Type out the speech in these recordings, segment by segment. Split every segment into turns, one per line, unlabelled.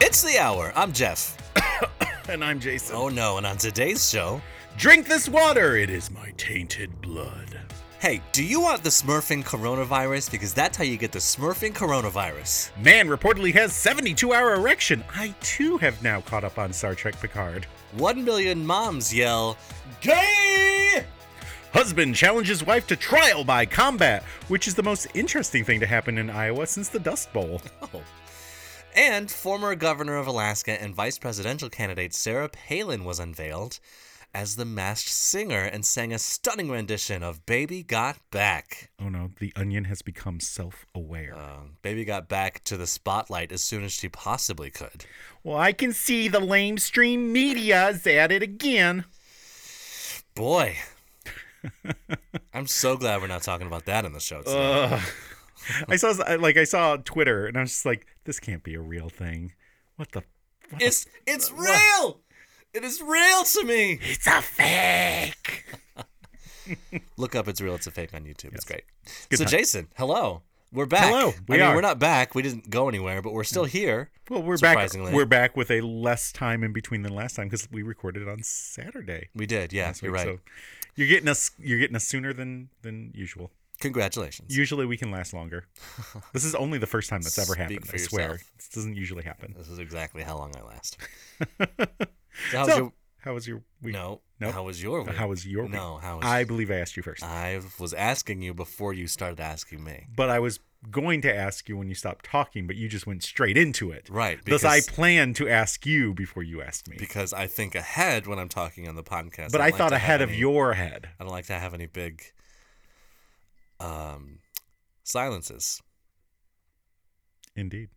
It's the hour. I'm Jeff.
and I'm Jason.
Oh no, and on today's show,
Drink this water. It is my tainted blood.
hey, do you want the smurfing coronavirus? Because that's how you get the smurfing coronavirus.
Man reportedly has 72 hour erection. I too have now caught up on Star Trek Picard.
One million moms yell, Gay!
Husband challenges wife to trial by combat, which is the most interesting thing to happen in Iowa since the Dust Bowl.
Oh. And former governor of Alaska and vice presidential candidate Sarah Palin was unveiled as the masked singer and sang a stunning rendition of Baby Got Back.
Oh no, the onion has become self aware.
Um, Baby got back to the spotlight as soon as she possibly could.
well, I can see the lamestream media is at it again.
Boy. I'm so glad we're not talking about that in the show today.
Ugh. I saw like I saw Twitter and I was just like, this can't be a real thing. What the? What
It's it's real. It is real to me.
the it's a fake.
Look up it's real. It's a fake on YouTube. It's great.
Good
so
time.
Jason, hello. We're back.
Hello, we
I mean,
are.
we're not back. We didn't go anywhere, but we're still here.
Well, we're back.
Surprisingly.
We're back with a less time in between than last time because we recorded on Saturday.
We did. Yeah,
this
you're
week,
right.
So you're getting us. You're getting us sooner than than usual.
Congratulations.
Usually we can last longer. this is only the first time that's ever
Speak
happened.
for
I swear,
yourself.
this doesn't usually happen.
this is exactly how long I last. So how was
So,
your
how was your week?
no,
No.
How was your week?
How was your week?
No, how was
I believe I asked you first.
I was asking you before you started asking me.
but I was going to ask you when you stopped talking, but you just went straight into it.
Right.
Thus, I planned to ask you before you asked me.
because I think ahead when I'm talking on the podcast.
But
don't
I,
like
thought
to have
ahead of
any-
your head.
I don't like to have any big um, silences.
Indeed.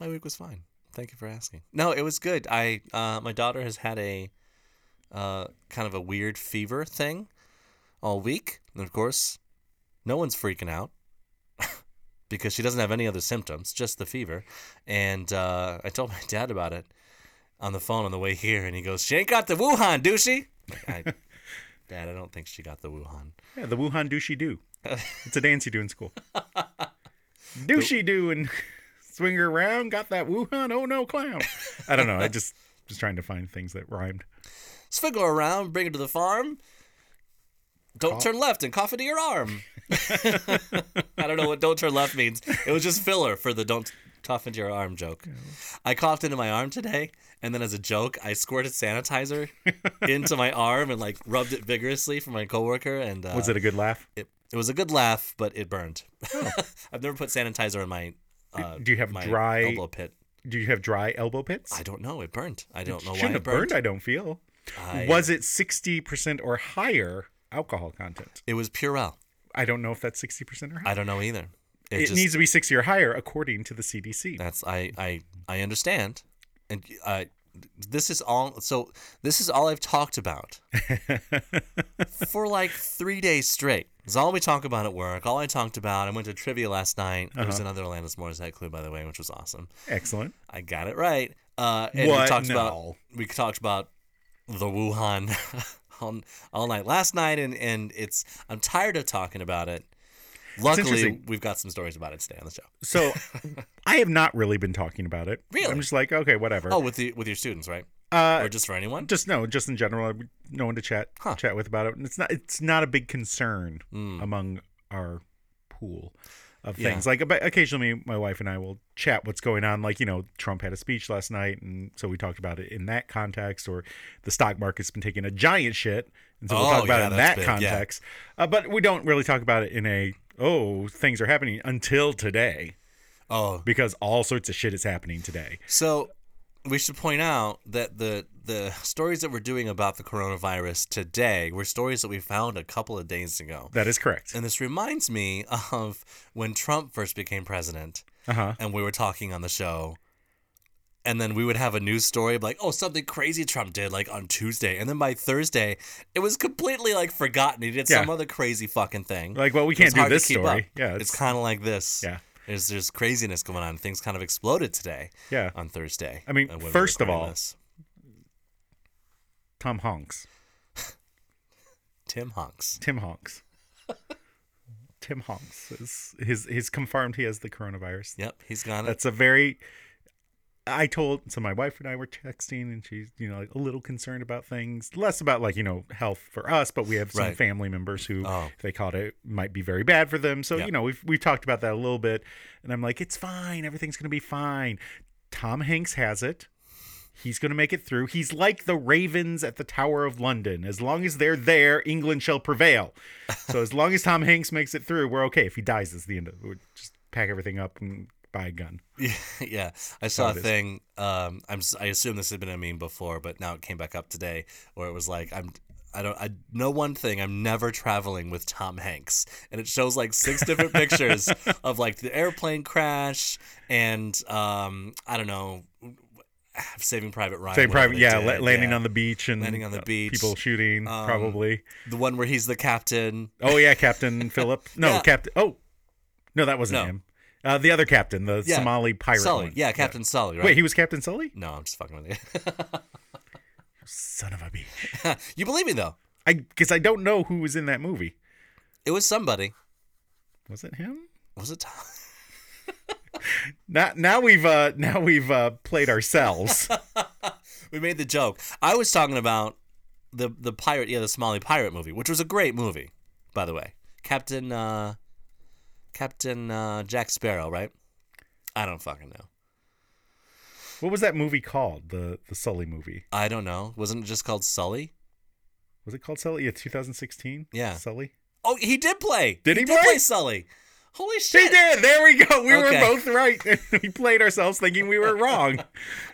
My week was fine. Thank you for asking. No, it was good. I uh, my daughter has had a uh, kind of a weird fever thing all week, and of course, no one's freaking out because she doesn't have any other symptoms, just the fever. And uh, I told my dad about it on the phone on the way here, and he goes, "She ain't got the Wuhan, do she?" Like, I, dad, I don't think she got the Wuhan.
Yeah, the Wuhan douchey do. it's a dance you do in school. douchey do and swing her around. Got that Wuhan? Oh no, clown. I don't know. I just was trying to find things that rhymed.
Uh, Swiggle around, bring her to the farm. Don't turn left and cough into your arm. I don't know what don't turn left means. It was just filler for the don't cough into your arm joke. I coughed into my arm today, and then as a joke, I squirted sanitizer into my arm and like rubbed it vigorously for my coworker. And uh,
Was it a good laugh?
it? It was a good laugh, but it burned. I've never put sanitizer in my. Uh,
Do you have
my
dry-
elbow pit?
Do you have dry elbow pits?
I don't know. It burned. I don't know why
Shouldn't
it
have burned.
burned.
I don't feel.
I-
Was it sixty percent or higher alcohol content?
It was Purell.
I don't know if that's sixty percent or higher.
I don't know either. It,
it
just,
needs to be 60 or higher according to the CDC.
That's I I I understand, and uh, this is all. So this is all I've talked about for like three days straight. It's all we talk about at work. All I talked about. I went to trivia last night. There
Uh-huh.
was another Alanis Morissette clue, by the way, which was awesome.
Excellent.
I got it right. Uh, and we
What?
talked about
No.
we talked about the Wuhan all, all night last night, and and it's I'm tired of talking about it. Luckily,
interesting.
we've got some stories about it today on the show.
So I have not really been talking about it.
Really?
I'm just like, okay, whatever.
Oh, with the with your students, right?
uh,
or just for anyone?
just no, just in general, no one to chat
Huh. Hmm.
chat with about it. And it's not it's not a big concern among our pool of
Yeah.
things. Like about- occasionally my wife and I will chat what's going on. Like, you know, Trump had a speech last night and so we talked about it in that context or the stock market's been taking a giant shit. And so we'll
Oh,
talk about
yeah,
it in
that's
that
big, yeah.
context. Uh, but we don't really talk about it in a oh, things are happening until today
Oh,
because all sorts of shit is happening today.
so we should point out that the the stories that we're doing about the coronavirus today were stories that we found a couple of days ago.
That is correct.
And this reminds me of when Trump first became president
Uh-huh.
and we were talking on the show. And then we would have a news story of like, oh, something crazy Trump did like on Tuesday. And then by Thursday, it was completely like forgotten. He did
Yeah.
some other crazy fucking thing.
Like, well, we
It's
can't do
hard to
this
keep
story.
up.
Yeah,
it's,
it's-
kind of like this.
Yeah.
there's there's craziness going on. Things kind of exploded today.
Yeah.
on Thursday.
I mean,
uh, when we
first of
recorded
all-
this.
Tom Honks.
Tim honks.
Tim Honks. Tim Honks is his his confirmed he has the coronavirus.
Yep, he's gone.
That's a very I told so my wife and I were texting, and she's you know a little concerned about things, less about like you know health for us, but we have some
Right.
family members who
Oh.
if they caught it might be very bad for them. So
Yeah.
you know we've we've talked about that a little bit, and I'm like it's fine, everything's gonna be fine. Tom Hanks has it. He's going to make it through. He's like the Ravens at the Tower of London. As long as they're there, England shall prevail. So as long as Tom Hanks makes it through, we're okay. If he dies, that's the end of it. We just pack everything up and buy a gun.
Yeah, yeah. I saw a
it is.
thing. Um, I'm. s- I assume this had been a meme before, but now it came back up today, where it was like, I'm. I don't. I know one thing. I'm never traveling with Tom Hanks, and it shows like six different pictures of like the airplane crash and um, I don't know, Saving Private Ryan.
Same
whatever
private,
they
yeah,
did,
la- landing
yeah.
on the beach and
Landing on the
uh,
beach.
people shooting
Um,
probably.
the one where he's the captain.
Oh yeah, Captain Philip. No,
Yeah.
Captain. Oh, no, that wasn't
No.
him. Uh, the other captain, the
Yeah,
Somali pirate.
Sully,
one.
yeah, Captain Sully. Right?
Wait, he was Captain Sully?
no, I'm just fucking with
Son of a bitch.
you. you believe me though?
I because I don't know who was in that movie.
It was somebody.
Was it him?
Was it Tom?
Now, now we've uh, now we've uh, played ourselves.
We made the joke. I was talking about the the pirate, yeah, the Somali pirate movie, which was a great movie, by the way. Captain uh, Captain uh, Jack Sparrow, right? I don't fucking know.
what was that movie called? The the Sully movie.
I don't know. Wasn't it just called Sully?
Was it called Sully? Yeah, 2016.
Yeah.
Sully.
Oh, he did play.
Did he
did
play?
play Sully? Holy
He
shit!
did. There we go. We were
Okay.
both right. we played ourselves thinking we were wrong.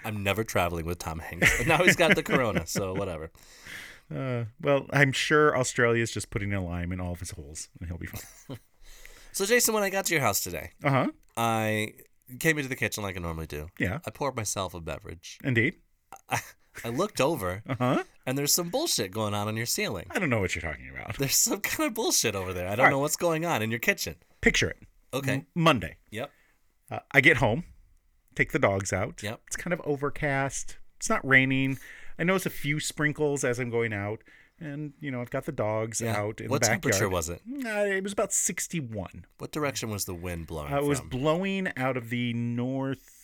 I'm never traveling with Tom Hanks. But now he's got the corona, so whatever.
Uh, well, I'm sure Australia's just putting a lime in all of his holes, and he'll be fine.
So Jason, when I got to your house today,
Uh huh.
I came into the kitchen like I normally do.
Yeah.
I poured myself a beverage.
Indeed.
I looked over,
Uh huh.
and there's some bullshit going on on your ceiling.
I don't know what you're talking about.
There's some kind of bullshit over there. I don't know what's going on in your kitchen.
Picture it.
Okay.
M- Monday.
Yep.
Uh, I get home, take the dogs out.
Yep.
It's kind of overcast. It's not raining. I notice a few sprinkles as I'm going out, and you know I've got the dogs
Yeah.
out in
what
the backyard.
temperature was it?
Uh, it was about 61.
What direction was the wind blowing
Uh, it was
from?
blowing out of the north.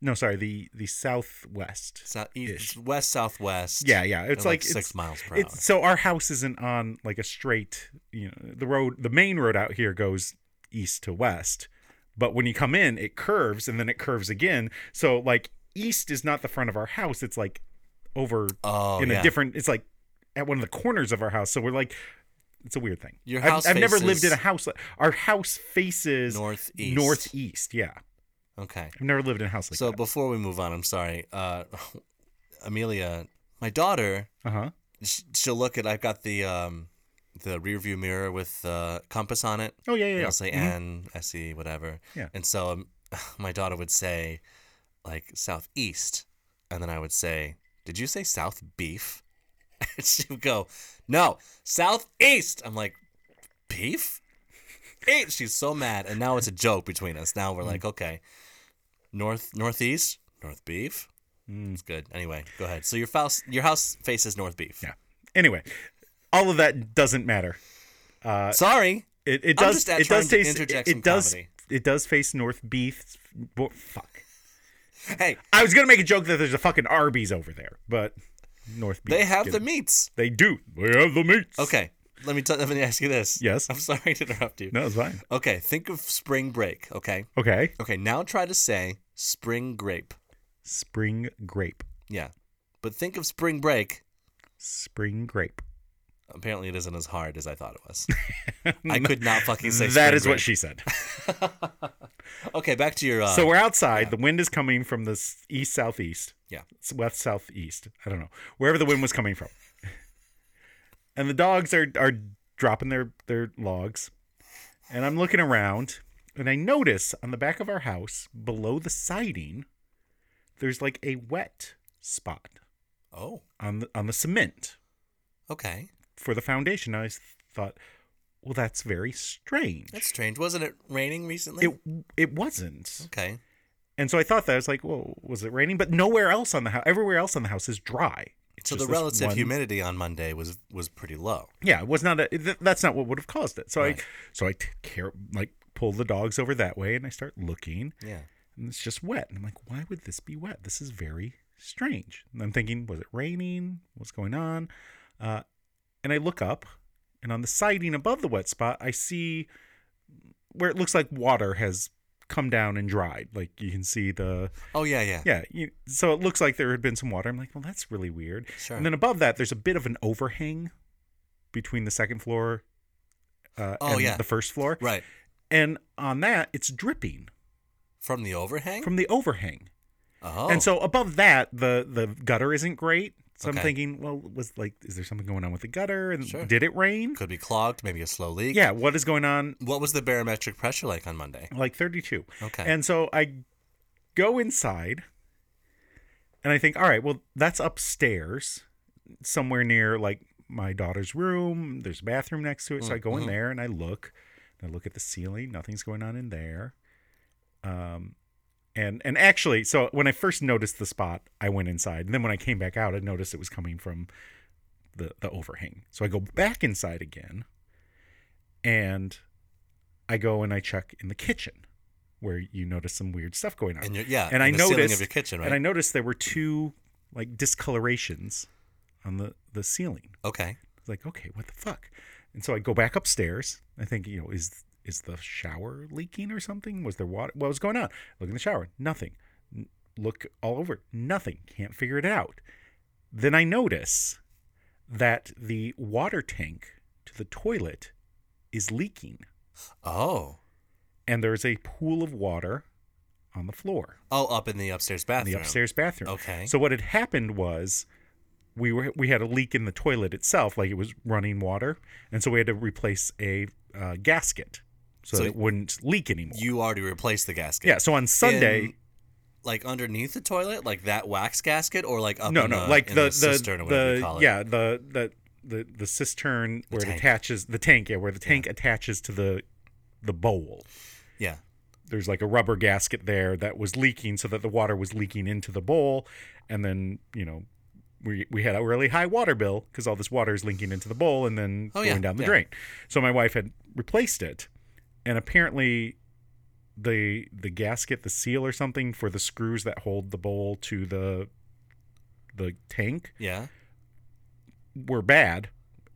No, sorry, the the southwest.
South,
ish.
east, west southwest.
Yeah, yeah. It's
at, like,
like, it's-
six miles per
it's-
hour.
So our house isn't on like a straight. You know, the road, the main road out here goes east to west, but when you come in, it curves and then it curves again. So like east is not the front of our house. It's like over
Oh,
in
yeah.
a different. It's like at one of the corners of our house. So we're like, it's a weird thing.
Your
I've,
house
I've never lived in a
faces-
house. like- Our house faces
northeast.
northeast, Yeah,
Okay.
I've never lived in a house like
so
that.
before we move on, I'm sorry. Uh, Amelia, my daughter,
Uh huh.
sh- she'll look at. I've got the um, the rearview mirror with uh, compass on it.
Oh yeah, yeah.
And
yeah.
I'll say
Mhm.
N, S E, whatever.
Yeah.
And so um, my daughter would say, like, southeast. And then I would say, Did you say south beef? And she would go, No, southeast. I'm like, Beef? Eight. She's so mad. And now it's a joke between us. Now
Mm.
we're like, Okay, north, northeast, north beef.
Mm.
It's good. Anyway, go ahead. So your house, your house faces north beef.
Yeah. Anyway, all of that doesn't matter. Uh,
Sorry.
It, it
I'm
does.
just, uh,
it does
trying to
taste. It,
interject some
it does.
comedy.
It does face North Beef. bo- Fuck.
Hey,
I was gonna make a joke that there's a fucking Arby's over there, but North Beef.
they have
get
the
it.
meats.
They do. They have the meats.
Okay, let me tell, let me ask you this.
Yes.
I'm sorry to interrupt you.
No, it's fine.
Okay, think of spring break. Okay.
Okay.
Okay, now try to say spring grape.
Spring grape.
Yeah, but think of spring break.
Spring grape.
Apparently, it isn't as hard as I thought it was. I could not fucking say.
that
spring
is
grape.
what she said.
Okay, back to your. Uh,
so we're outside. The wind is coming from the s- east southeast.
yeah.
s- west southeast. I don't know wherever the wind was coming from. and the dogs are are dropping their their logs, and I'm looking around, and I notice on the back of our house below the siding, there's like a wet spot
Oh.
on the on the cement
Okay.
for the foundation. I s- thought, well, that's very strange.
That's strange. Wasn't it raining recently?
it it wasn't,
okay.
and so I thought that I was like, well, was it raining? But nowhere else on the house, everywhere else on the house is dry. It's
So
just
the
this
relative
one-
humidity on Monday was was pretty low.
yeah, it was not a. Th- that's not what would have caused it. So
Right.
I, so I t- care like pull the dogs over that way, and I start looking,
Yeah.
and it's just wet. And I'm like, why would this be wet? This is very strange. And I'm thinking, was it raining? What's going on? Uh, and I look up, and on the siding above the wet spot, I see where it looks like water has come down and dried. Like you can see the
Oh yeah, yeah.
yeah. You, so it looks like there had been some water. I'm like, well, that's really weird.
Sure.
And then above that, there's a bit of an overhang between the second floor uh,
Oh,
and
yeah.
the first floor.
right.
And on that, it's dripping
From the overhang?
from the overhang.
oh.
And so above that, the the gutter isn't great. So I'm
Okay.
thinking, well, was like, is there something going on with the gutter? And
Sure.
did it rain?
could be clogged, maybe a slow leak.
Yeah. What is going on?
What was the barometric pressure like on Monday?
Like 32.
Okay.
And so I go inside and I think, all right, well, that's upstairs somewhere near like my daughter's room. There's a bathroom next to it. So I go in there and I look. And I look at the ceiling. Nothing's going on in there. Um, and and actually, so when I first noticed the spot, I went inside. And then when I came back out, I noticed it was coming from the the overhang. So I go back inside again and I go and I check in the kitchen where you notice some weird stuff going on.
And you're, yeah,
and I
in the ceiling
noticed
of your kitchen, right?
and I noticed there were two like discolorations on the the ceiling.
okay.
It's like, okay, what the fuck? And so I go back upstairs. I think, you know, is is the shower leaking or something? Was there water? What was going on? Look in the shower, nothing. N- Look all over, nothing. Can't figure it out. Then I notice that the water tank to the toilet is leaking,
Oh.
and there is a pool of water on the floor.
Oh, up in the upstairs bathroom.
the upstairs bathroom.
Okay.
So what had happened was we were we had a leak in the toilet itself, like it was running water, and so we had to replace a uh, gasket so,
So
that it wouldn't leak anymore.
You already replaced the gasket.
yeah. So on Sunday,
In- like underneath the toilet, like that wax gasket, or like up
no,
in
no,
the,
like
in
the the
cistern or whatever
the,
you call it.
yeah the the the the cistern where
tank.
it attaches the tank, yeah, where the tank attaches to the the bowl.
yeah,
there's like a rubber gasket there that was leaking so that the water was leaking into the bowl and then you know we, we had a really high water bill because all this water is leaking into the bowl and then
Oh,
going
yeah,
down the
yeah.
drain so my wife had replaced it and apparently the the gasket the seal or something for the screws that hold the bowl to the the tank
yeah.
were bad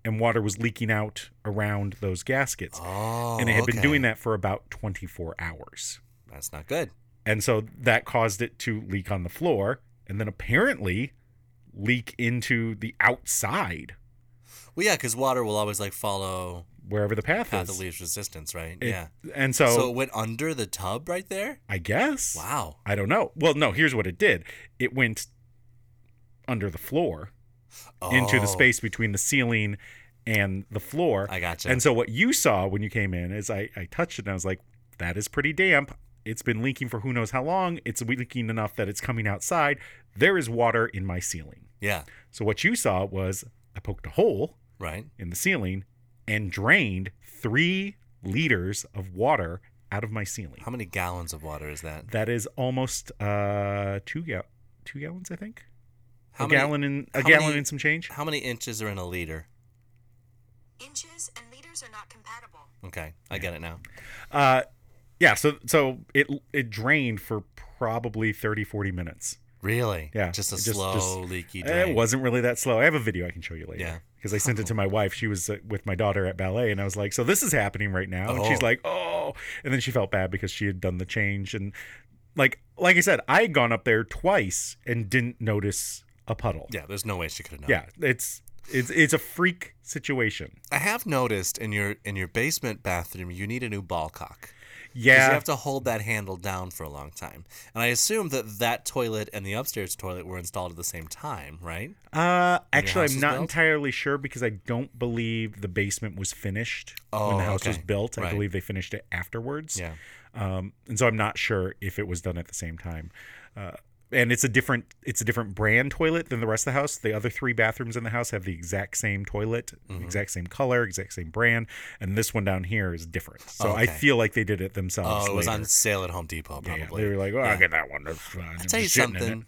and water was leaking out around those gaskets
Oh,
and it had been
okay.
doing that for about 24 hours
That's not good.
and so that caused it to leak on the floor and then apparently leak into the outside
Well, yeah, because water will always like follow
wherever the path,
path
is.
of least resistance, right?
It-
yeah.
And so,
so it went under the tub right there.
I guess
Wow.
I don't know. Well, no, here's what it did. It went under the floor into
Oh,
the space between the ceiling and the floor.
I gotcha.
And so what you saw when you came in is I, I touched it and I was like, that is pretty damp. It's been leaking for who knows how long. It's leaking enough that it's coming outside. There is water in my ceiling.
yeah.
So what you saw was I poked a hole
Right.
in the ceiling and drained three liters of water out of my ceiling.
How many gallons of water is that?
That is almost uh two gal two gallons, I think.
How
a
many-
gallon and a
how
gallon
many-
and some change.
How many inches are in a liter?
Inches and liters are not compatible.
Okay, I get it now.
Uh yeah, so so it it drained for probably 30 40 minutes.
Really?
Yeah,
Just a
it just-
slow,
just-
leaky drain.
Eh, It wasn't really that slow. I have a video I can show you later.
Yeah.
Because I sent it to my wife. She was uh, with my daughter at ballet, and I was like, "So this is happening right now." And she's
Oh.
like, "Oh!" And then she felt bad because she had done the change, and like, like I said, I had gone up there twice and didn't notice a puddle.
Yeah, there's no way she could have known.
Yeah, it's it's it's a freak situation.
I have noticed in your in your basement bathroom, you need a new ball cock. 'Cause
Yeah,
You have to hold that handle down for a long time. And I assume that that toilet and the upstairs toilet were installed at the same time, right?
Uh,
When your
actually,
house was
I'm not
built?
entirely sure because I don't believe the basement was finished when
Oh,
the house was
okay.
built. I
Right.
believe they finished it afterwards.
Yeah.
Um, and so I'm not sure if it was done at the same time. Uh, and it's a different it's a different brand toilet than the rest of the house. The other three bathrooms in the house have the exact same toilet,
Mm-hmm.
exact same color, exact same brand, and this one down here is different. So I
Okay.
feel like they did it themselves.
Oh, it was
later.
on sale at Home Depot,
Yeah,
probably.
yeah. They were like, "Oh,
Yeah.
I'll get that one." That's fine.
I'll
I'm
tell you
shitting in it."
something.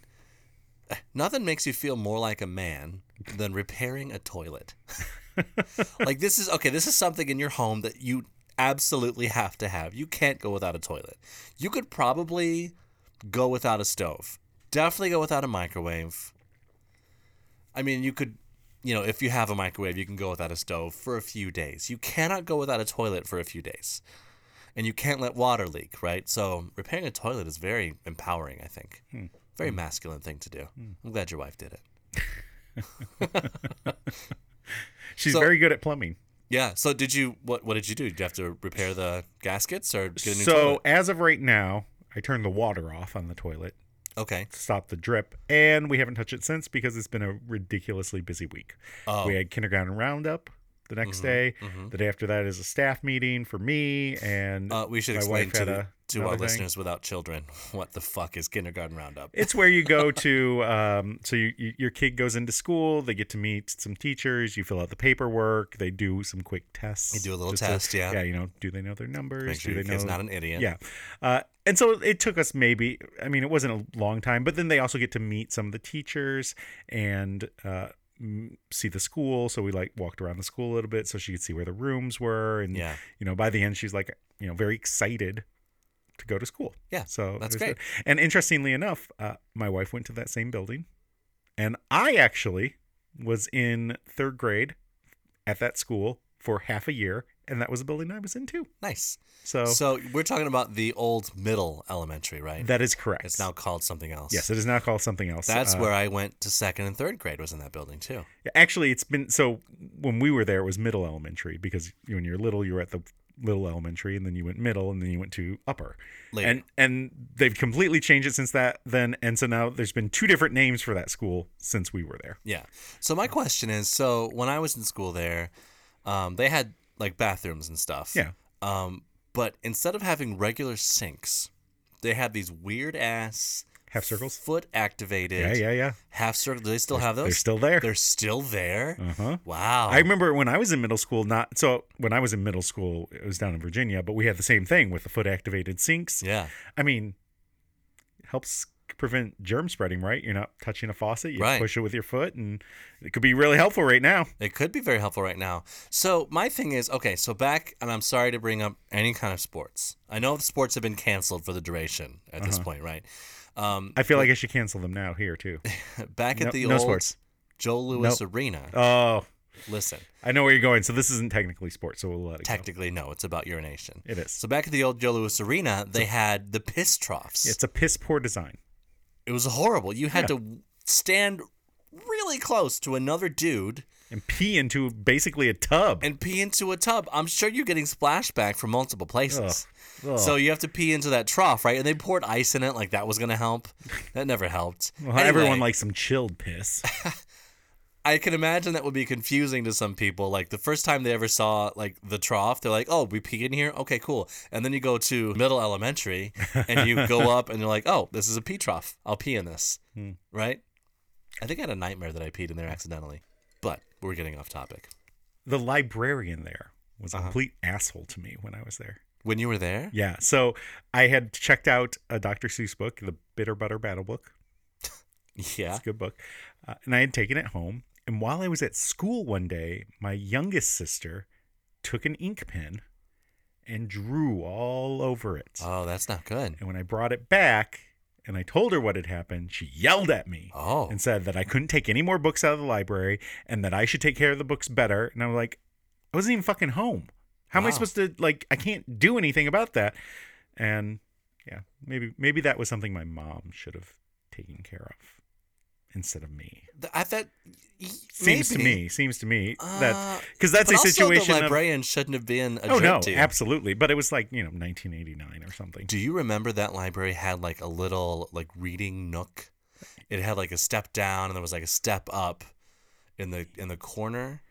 Nothing makes you feel more like a man than repairing a toilet. like this is okay, this is something in your home that you absolutely have to have. You can't go without a toilet. You could probably go without a stove. Definitely go without a microwave. I mean, you could, you know, if you have a microwave, you can go without a stove for a few days. You cannot go without a toilet for a few days. And you can't let water leak, right? So repairing a toilet is very empowering, I think.
Hmm.
Very masculine thing to do. I'm glad your wife did it.
She's
So-
very good at plumbing.
Yeah. So did you what what did you do? Did you have to repair the gaskets or get a new
So
toilet?
as of right now, I turned the water off on the toilet
Okay.
to stop the drip, and we haven't touched it since because it's been a ridiculously busy week.
Oh. Mm-hmm.
We had kindergarten roundup the next day. The day after that is a staff meeting for me, and
Uh, we should
my
explain
wife had
to,
a,
to our
another thing.
listeners without children what the fuck is kindergarten roundup.
It's where you go to. Um, so you, you, your kid goes into school. They get to meet some teachers. You fill out the paperwork. They do some quick tests.
They do a little
just
test, yeah.
Yeah. You know, do they know their numbers?
Make sure
do
your
they
kid's
know?
not an idiot.
yeah. Uh, and so it took us maybe. I mean, it wasn't a long time. But then they also get to meet some of the teachers and. Uh, m- see the school so we like walked around the school a little bit so she could see where the rooms were and
Yeah.
you know by the end she's like you know very excited to go to school.
Yeah,
So
that's
it was
great.
good. And interestingly enough, uh, my wife went to that same building, and I actually was in third grade at that school for half a year, and that was a building I was in too.
Nice.
So,
So we're talking about the old middle elementary, right?
that is correct.
it's now called something else.
yes, it is now called something else.
That's
Uh,
where I went to second and third grade was in that building too.
Actually, it's been so when we were there, it was middle elementary because when you're little, you were at the little elementary, and then you went middle, and then you went to upper.
Later.
And and they've completely changed it since that then, and so now there's been two different names for that school since we were there.
Yeah. So my question is, so when I was in school there, um, they had like bathrooms and stuff.
Yeah.
Um, but instead of having regular sinks, they had these weird ass
Half circles?
foot activated.
Yeah, yeah, yeah.
Half circle. Do they still have those?
They're still there.
They're Oh. still there.
Uh huh.
Wow.
I remember when I was in middle school, not so when I was in middle school, it was down in Virginia, but we had the same thing with the foot activated sinks.
yeah.
I mean, helps prevent germ spreading, right? You're not touching a faucet, you
Right.
push it with your foot, and it could be really helpful right now.
It could be very helpful right now. So my thing is, okay, so back and I'm sorry to bring up any kind of sports. I know the sports have been canceled for the duration at this
Uh-huh.
point, right? Um,
I feel like I should cancel them now here, too.
back at
No-
the
no
old
sports.
Joe Louis Arena.
Oh,
Listen,
I know where you're going. So this isn't technically sports, so we'll let it go.
technically no, it's about urination.
It is.
So back at the old Joe Louis Arena, they had the piss troughs.
It's a piss poor design.
it was horrible. You had to stand really close to another dude
And pee into basically a tub.
and pee into a tub. I'm sure you're getting splashback from multiple places.
Ugh. Ugh.
So you have to pee into that trough, right? And they poured ice in it, like that was gonna help. That never helped.
well, everyone
Anyway,
likes some chilled piss.
I can imagine that would be confusing to some people. Like the first time they ever saw like the trough, they're like, "Oh, we pee in here. Okay, cool." And then you go to middle elementary, and you go up, and you're like, "Oh, this is a pee trough. I'll pee in this."
Hmm.
Right? I think I had a nightmare that I peed in there accidentally, but we're getting off topic.
the librarian there was
Uh-huh.
a complete asshole to me when I was there.
When you were there,
Yeah. So I had checked out a Dr. Seuss book, the Bitter Butter Battle Book.
yeah,
It's a good book. Uh, and I had taken it home. And while I was at school one day, my youngest sister took an ink pen and drew all over it.
oh, that's not good.
and when I brought it back and I told her what had happened, she yelled at me
Oh.
and said that I couldn't take any more books out of the library and that I should take care of the books better. And I'm like, I wasn't even fucking home. How am I
Wow.
supposed to like I can't do anything about that? And yeah, maybe maybe that was something my mom should have taken care of instead of me.
Th- I thought y-
Seems to
maybe.
me, seems to me
Uh,
that because that's
but
a
also
situation
The
of-
librarian shouldn't have been a
Oh
jerk
no,
to you.
absolutely. But it was like, you know, 1989 or something.
Do you remember that library had like a little like reading nook? It had like a step down and there was like a step up in the in the corner.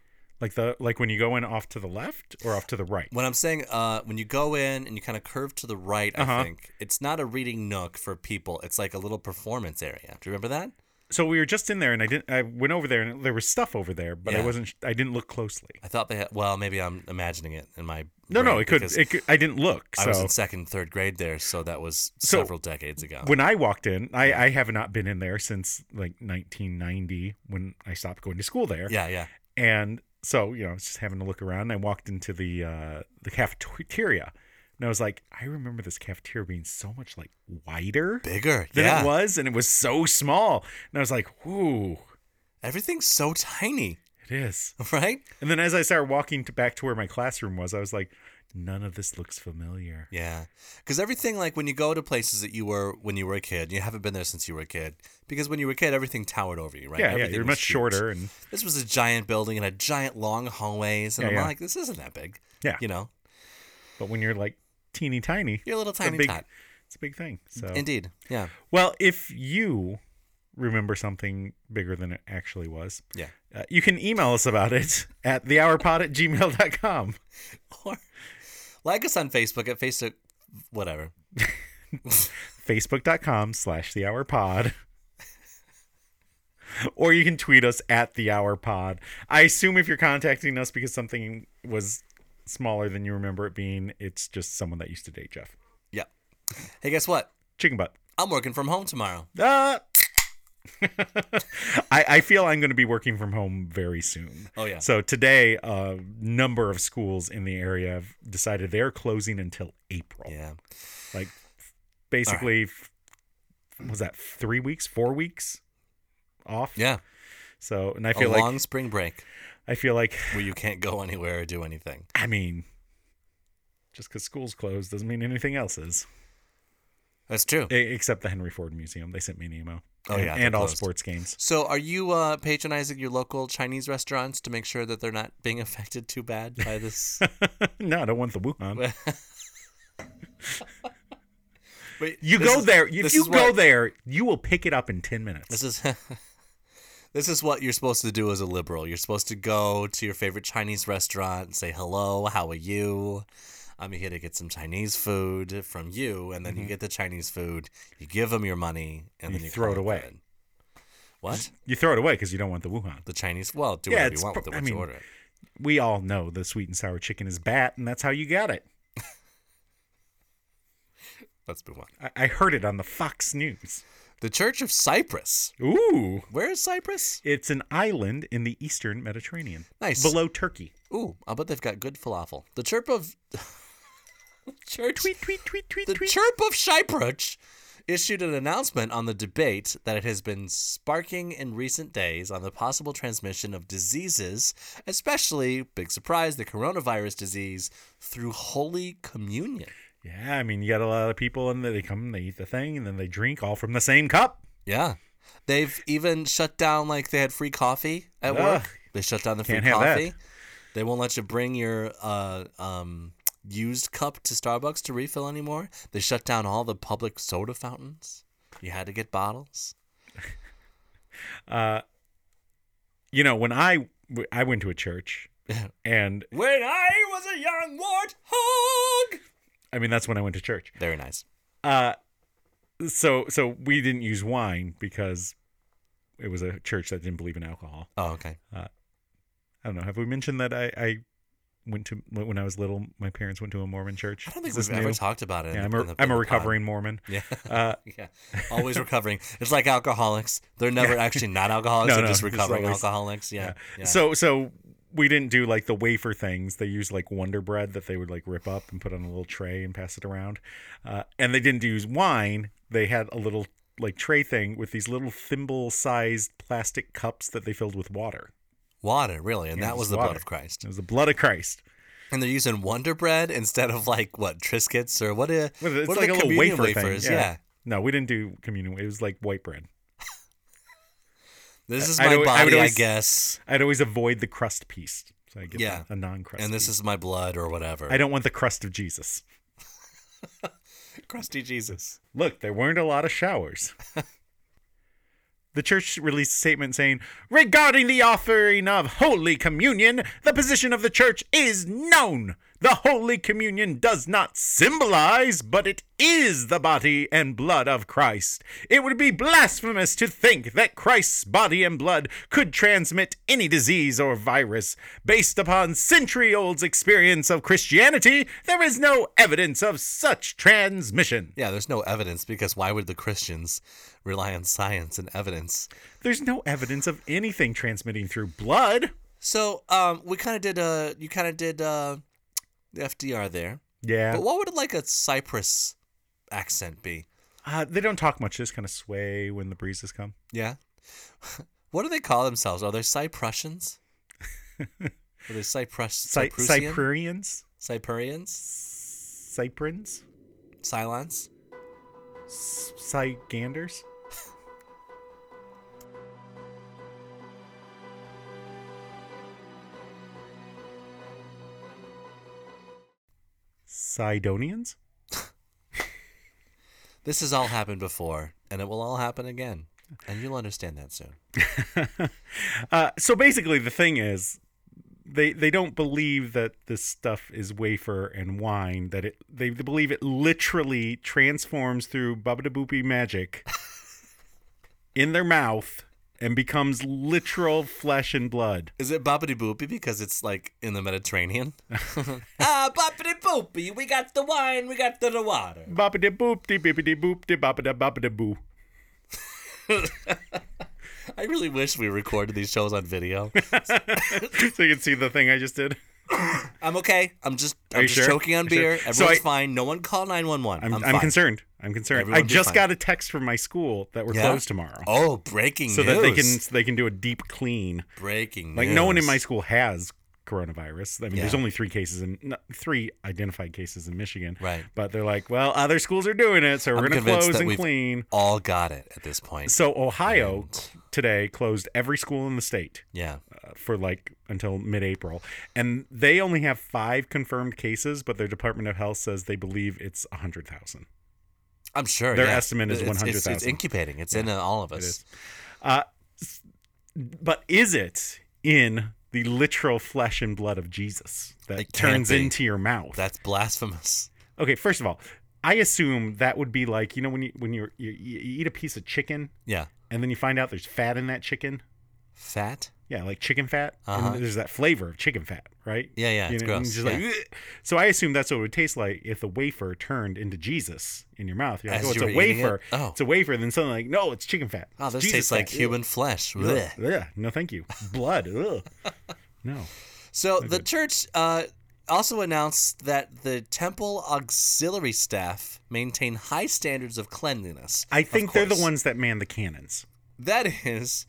Like the like when you go in off to the left or off to the right.
When I'm saying uh when you go in and you kind of curve to the right, I
Uh-huh.
think it's not a reading nook for people. It's like a little performance area. Do you remember that?
so we were just in there and i didn't i went over there and there was stuff over there but
Yeah.
i wasn't i didn't look closely
I thought they had, well, maybe I'm imagining it in my
no no
brain
it could,
because
it could i didn't look
I was
so
in second, third grade there, so that was
So,
several decades ago.
when i walked in i i have not been in there since like 1990 when i stopped going to school there
yeah, yeah.
and so you know i was just having to look around and i walked into the uh the cafeteria And I was like, I remember this cafeteria being so much like wider
Bigger.
than
yeah.
it was, and it was so small. And I was like, whoo,
Everything's so tiny,
it is.
right?
And then as I started walking to back to where my classroom was, I was like, none of this looks familiar.
Yeah. Because everything, like when you go to places that you were when you were a kid, you haven't been there since you were a kid. Because when you were a kid, everything towered over you, right?
Yeah, yeah,
Everything
you're
was
much
huge.
shorter, and
This was a giant building and a giant long hallways. And
Yeah,
I'm
yeah.
like, this isn't that big.
Yeah.
You know,
but when you're like teeny tiny,
you're a little
it's a
tiny
big,
tot.
it's a big thing. So
Indeed. Yeah.
Well, if you remember something bigger than it actually was,
Yeah.
uh, you can email us about it at thehourpod at gmail.com.
Or like us on Facebook at Facebook, whatever.
Facebook.com slash thehourpod. or you can tweet us at thehourpod. I assume if you're contacting us because something was smaller than you remember it being, it's just someone that used to date Jeff.
Yeah. Hey, guess what?
Chicken butt.
I'm working from home tomorrow.
Ah! I, I feel I'm going to be working from home very soon.
Oh, yeah.
So today, a number of schools in the area have decided they're closing until April.
Yeah.
Like, basically, f- was that three weeks, four weeks off?
Yeah.
So, and I
A
feel like
long spring break
I feel like
where you can't go anywhere or do anything.
I mean, just because school's closed doesn't mean anything else is,
That's true.
E- except the Henry Ford Museum. They sent me an email.
Oh,
and,
yeah, they're
and all
closed.
sports games.
So, are you uh, patronizing your local Chinese restaurants to make sure that they're not being affected too bad by this?
no, I don't want the Wuhan.
Wait,
You
this
go
is-
there. If
this
you
is
go
what-
there, you will pick it up in ten minutes.
this is this is what you're supposed to do as a liberal. You're supposed to go to your favorite Chinese restaurant and say hello, how are you? I'm here to get some Chinese food from you, and then you get the Chinese food. You give them your money, and
Mm-hmm. You
then you
throw
call
it away.
good. What
you throw it away because you don't want the Wuhan.
the Chinese? Well, do
Yeah,
whatever
it's
you want with
pro-
it
I
once you
mean-
order it.
We all know the sweet and sour chicken is bat, and that's how you got it.
Let's move on.
I, I heard it on the Fox News.
The Church of Cyprus.
Ooh,
Where is Cyprus?
it's an island in the eastern Mediterranean,
Nice.
below Turkey.
Ooh, I bet they've got good falafel. The chirp of church,
Tweet, tweet, tweet, tweet,
the
tweet.
chirp of Shypruch issued an announcement on the debate that it has been sparking in recent days on the possible transmission of diseases, especially big surprise, the coronavirus disease through holy communion.
yeah, I mean, you got a lot of people, and they come, they eat the thing, and then they drink all from the same cup.
Yeah, they've even shut down like they had free coffee at
Ugh.
work. They shut down the free
Can't have that.
coffee. They won't let you bring your uh, um, used cup to Starbucks to refill anymore. They shut down all the public soda fountains. You had to get bottles.
Uh, you know, when I w- I went to a church, and
When I was a young warthog.
I mean, that's when I went to church.
Very nice.
Uh so so we didn't use wine because it was a church that didn't believe in alcohol.
Oh, okay.
I don't know. Have we mentioned that I, I went to when I was little? My parents went to a Mormon church.
I don't think
Is this
we've ever
new?
talked about it.
Yeah,
in
I'm
the-
a,
in the-
am a
in the pod.
recovering Mormon.
Yeah.
Uh,
yeah. Always recovering. It's like alcoholics. They're never actually not alcoholics.
No,
they're
no,
just
it's
recovering
always-
alcoholics. Yeah. yeah.
So so we didn't do like the wafer things. They used like Wonder Bread that they would like rip up and put on a little tray and pass it around. Uh, and they didn't use wine. They had a little like tray thing with these little thimble-sized plastic cups that they filled with water.
Water, really, and
Yeah,
that
it's
was the blood
water.
of Christ.
It was the blood of Christ.
And they're using Wonder Bread instead of like what Triscuits or what? A,
Well, it's
what are
like
the
a little
communion
wafer
wafers?
thing.
Yeah.
Yeah. No, we didn't do communion. It was like white bread.
this is
I- I
my
would- I would
body, I,
always-
guess,
I'd always avoid the crust piece. So I get
Yeah.
the- a non-crust.
and this
piece.
is my blood or whatever.
I don't want the crust of Jesus.
crusty Jesus.
Look, there weren't a lot of showers. the church released a statement saying, "Regarding the offering of Holy Communion, the position of the church is known. The Holy Communion does not symbolize, but it is the body and blood of Christ. It would be blasphemous to think that Christ's body and blood could transmit any disease or virus. Based upon century-old experience of Christianity, there is no evidence of such transmission."
Yeah, there's no evidence because why would the Christians rely on science and evidence?
There's no evidence of anything transmitting through blood.
So, um, we kind of did. Uh, you kind of did uh, the FDR there.
Yeah.
But what would like a Cyprus accent be?
Uh, they don't talk much. They just kind of sway when the breezes come.
Yeah. what do they call themselves? Are they Cyprussians? Are they Cyprus
Cy-
Cyprusian?
Cyprians?
Cyprians?
Cyprins?
Silence?
Cyganders? Sidonians?
This has all happened before, and it will all happen again. And you'll understand that soon.
Uh, so basically, the thing is, they they don't believe that this stuff is wafer and wine. That it they believe it literally transforms through bubba boopy magic in their mouth and becomes literal flesh and blood.
Is it Boppity Boopy because it's like in the Mediterranean? ah, Boppity Boopy, we got the wine, we got the, the water.
Boppa de boop de bippity boop de boppa da boppa da boo.
I really wish we recorded these shows on video.
So you can see the thing I just did.
I'm okay. I'm just I'm
you
just
sure?
choking on
Are you sure?
beer.
So
Everyone's
I-
fine. No one call 911.
I'm I'm,
fine.
concerned. I'm concerned.
Everyone
I
be
just
fine.
got a text from my school that we're
Yeah?
closed tomorrow.
Oh, breaking
so
news.
that they can so they can do a deep clean.
breaking
Like
news.
no one in my school has coronavirus. I mean, there's
Yeah.
only three cases in no, three identified cases in Michigan.
Right.
But they're like, well, other schools are doing it, so we're
I'm
going to
convinced
close
that
and
we've-
clean.
all got it at this point.
So Ohio
And-
today closed every school in the state
yeah.
uh, for like until mid-April, and they only have five confirmed cases, but their Department of Health says they believe it's a hundred thousand.
I'm sure.
Their
yeah.
estimate is
It's- it's- It's
100,000.
incubating. It's in uh, all of us.
is. But is it in the literal flesh and blood of Jesus that
It can't
turns
be.
into your mouth?
That's blasphemous.
Okay, first of all, I assume that would be like you know when you when you're, you you eat a piece of chicken
Yeah.
and then you find out there's fat in that chicken.
Fat?
Yeah, like chicken fat.
Uh-huh.
And there's that flavor of chicken fat, right?
Yeah, yeah,
You
it's
know, and
gross,
just like, "Ugh." so I assume that's what it would taste like if the wafer turned into Jesus in your mouth. You're like,
As
oh, it's
you were
a
eating it?
wafer.
Oh.
It's a wafer. And then suddenly, like, no, it's chicken fat.
Oh,
It's
this
Jesus
tastes like
fat.
human flesh.
Ugh.
Blech.
Ugh. Ugh. No, thank you. Blood. Ugh. No.
So the church uh, also announced that the temple auxiliary staff maintain high standards of cleanliness.
I
Of
think they're the
course.
ones that man the cannons.
That is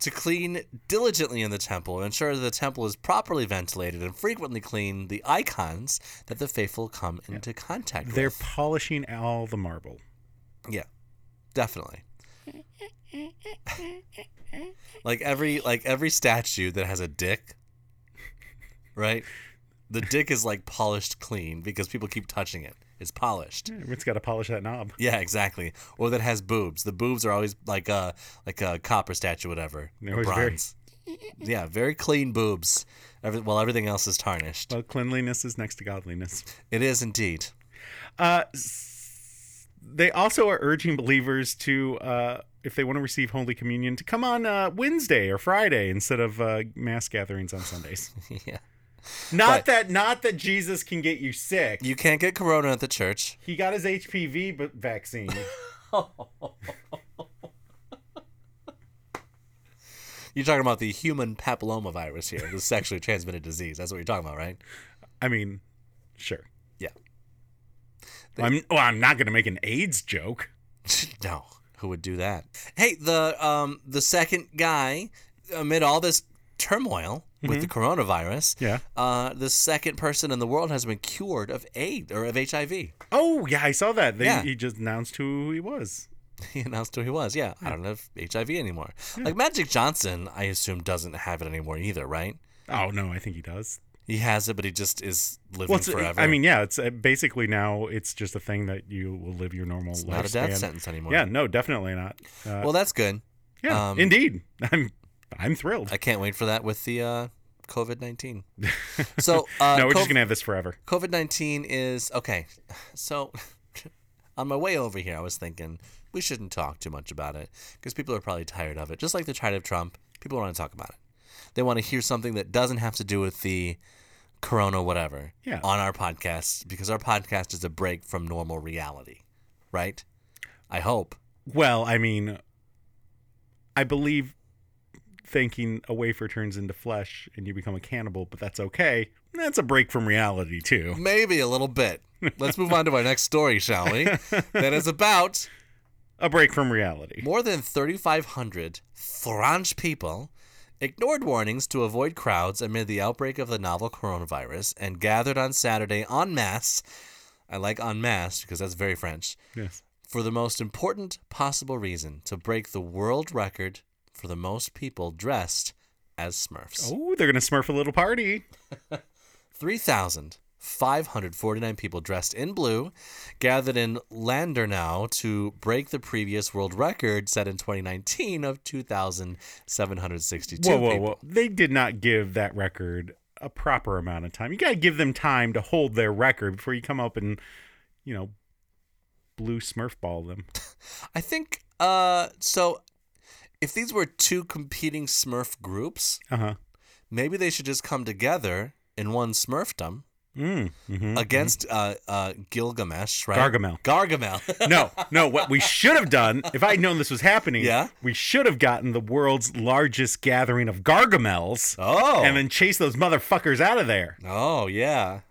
to clean diligently in the temple, ensure that the temple is properly ventilated, and frequently clean the icons that the faithful come into contact
They're
with.
polishing all the marble.
Yeah, definitely. like every like every statue that has a dick, right? The dick is like polished clean because people keep touching it. It's polished.
Everyone's got to polish that knob.
Yeah, exactly. Or that has boobs. The boobs are always like a like a copper statue, whatever. or
They're always very-
bronze. Yeah, very clean boobs. Every, while everything else is tarnished.
Well, cleanliness is next to godliness.
It is indeed.
Uh, s- they also are urging believers to, uh, if they want to receive Holy Communion, to come on uh, Wednesday or Friday instead of uh, mass gatherings on Sundays.
yeah.
not
But-
that, not that Jesus can get you sick.
You can't get corona at the church.
he got his HPV b- vaccine.
You're talking about the human papillomavirus here, the sexually transmitted disease. That's what you're talking about, right?
I mean, sure.
Yeah.
I'm. Well, I'm not going to make an AIDS joke.
no, who would do that? Hey, the um the second guy amid all this turmoil
Mm-hmm.
with the coronavirus,
Yeah.
uh, the second person in the world has been cured of AIDS or of HIV.
Oh yeah, I saw that. They,
Yeah.
He just announced who he was.
He announced who he was. Yeah, I don't
Hmm.
have HIV anymore. Like Magic Johnson, I assume doesn't have it anymore either, right?
Oh no, I think he does.
He has it, but he just is living
Well, it's,
forever.
I mean, yeah, it's uh, basically now it's just a thing that you will live your normal
it's
lifespan.
not a death sentence anymore.
Yeah, no, definitely not. Uh,
Well, that's good.
yeah,
um,
indeed. I'm I'm thrilled.
I can't wait for that with the uh, COVID 19. So, uh,
no, we're just
cov-
gonna have this forever.
COVID 19 is okay. So, on my way over here, I was thinking we shouldn't talk too much about it because people are probably tired of it. Just like they're tired of Trump, people want to talk about it. They want to hear something that doesn't have to do with the corona whatever
Yeah.
on our podcast because our podcast is a break from normal reality, right? I hope.
Well, I mean, I believe thinking a wafer turns into flesh and you become a cannibal, but that's okay. That's a break from reality too.
Maybe a little bit. Let's move on to our next story, shall we? That is about
A break from reality.
more than 3,500 French people ignored warnings to avoid crowds amid the outbreak of the novel coronavirus and gathered on Saturday en masse. I like en masse because that's very French.
Yes.
for the most important possible reason to break the world record for the most people dressed as Smurfs.
Oh, they're gonna smurf a little party.
3,549 people dressed in blue gathered in Landernau to break the previous world record set in 2019 of 2,762
Whoa, whoa,
people.
whoa. They did not give that record a proper amount of time. You gotta give them time to hold their record before you come up and, you know, blue smurf ball them.
I think, uh, so if these were two competing Smurf groups,
Uh-huh.
maybe they should just come together in one Smurfdom
Mm. hmm
against uh, uh, Gilgamesh, right?
Gargamel.
Gargamel.
no, no. What we should have done, if I'd known this was happening,
Yeah?
we should have gotten the world's largest gathering of Gargamels
oh.
and then chased those motherfuckers out of there.
oh, yeah.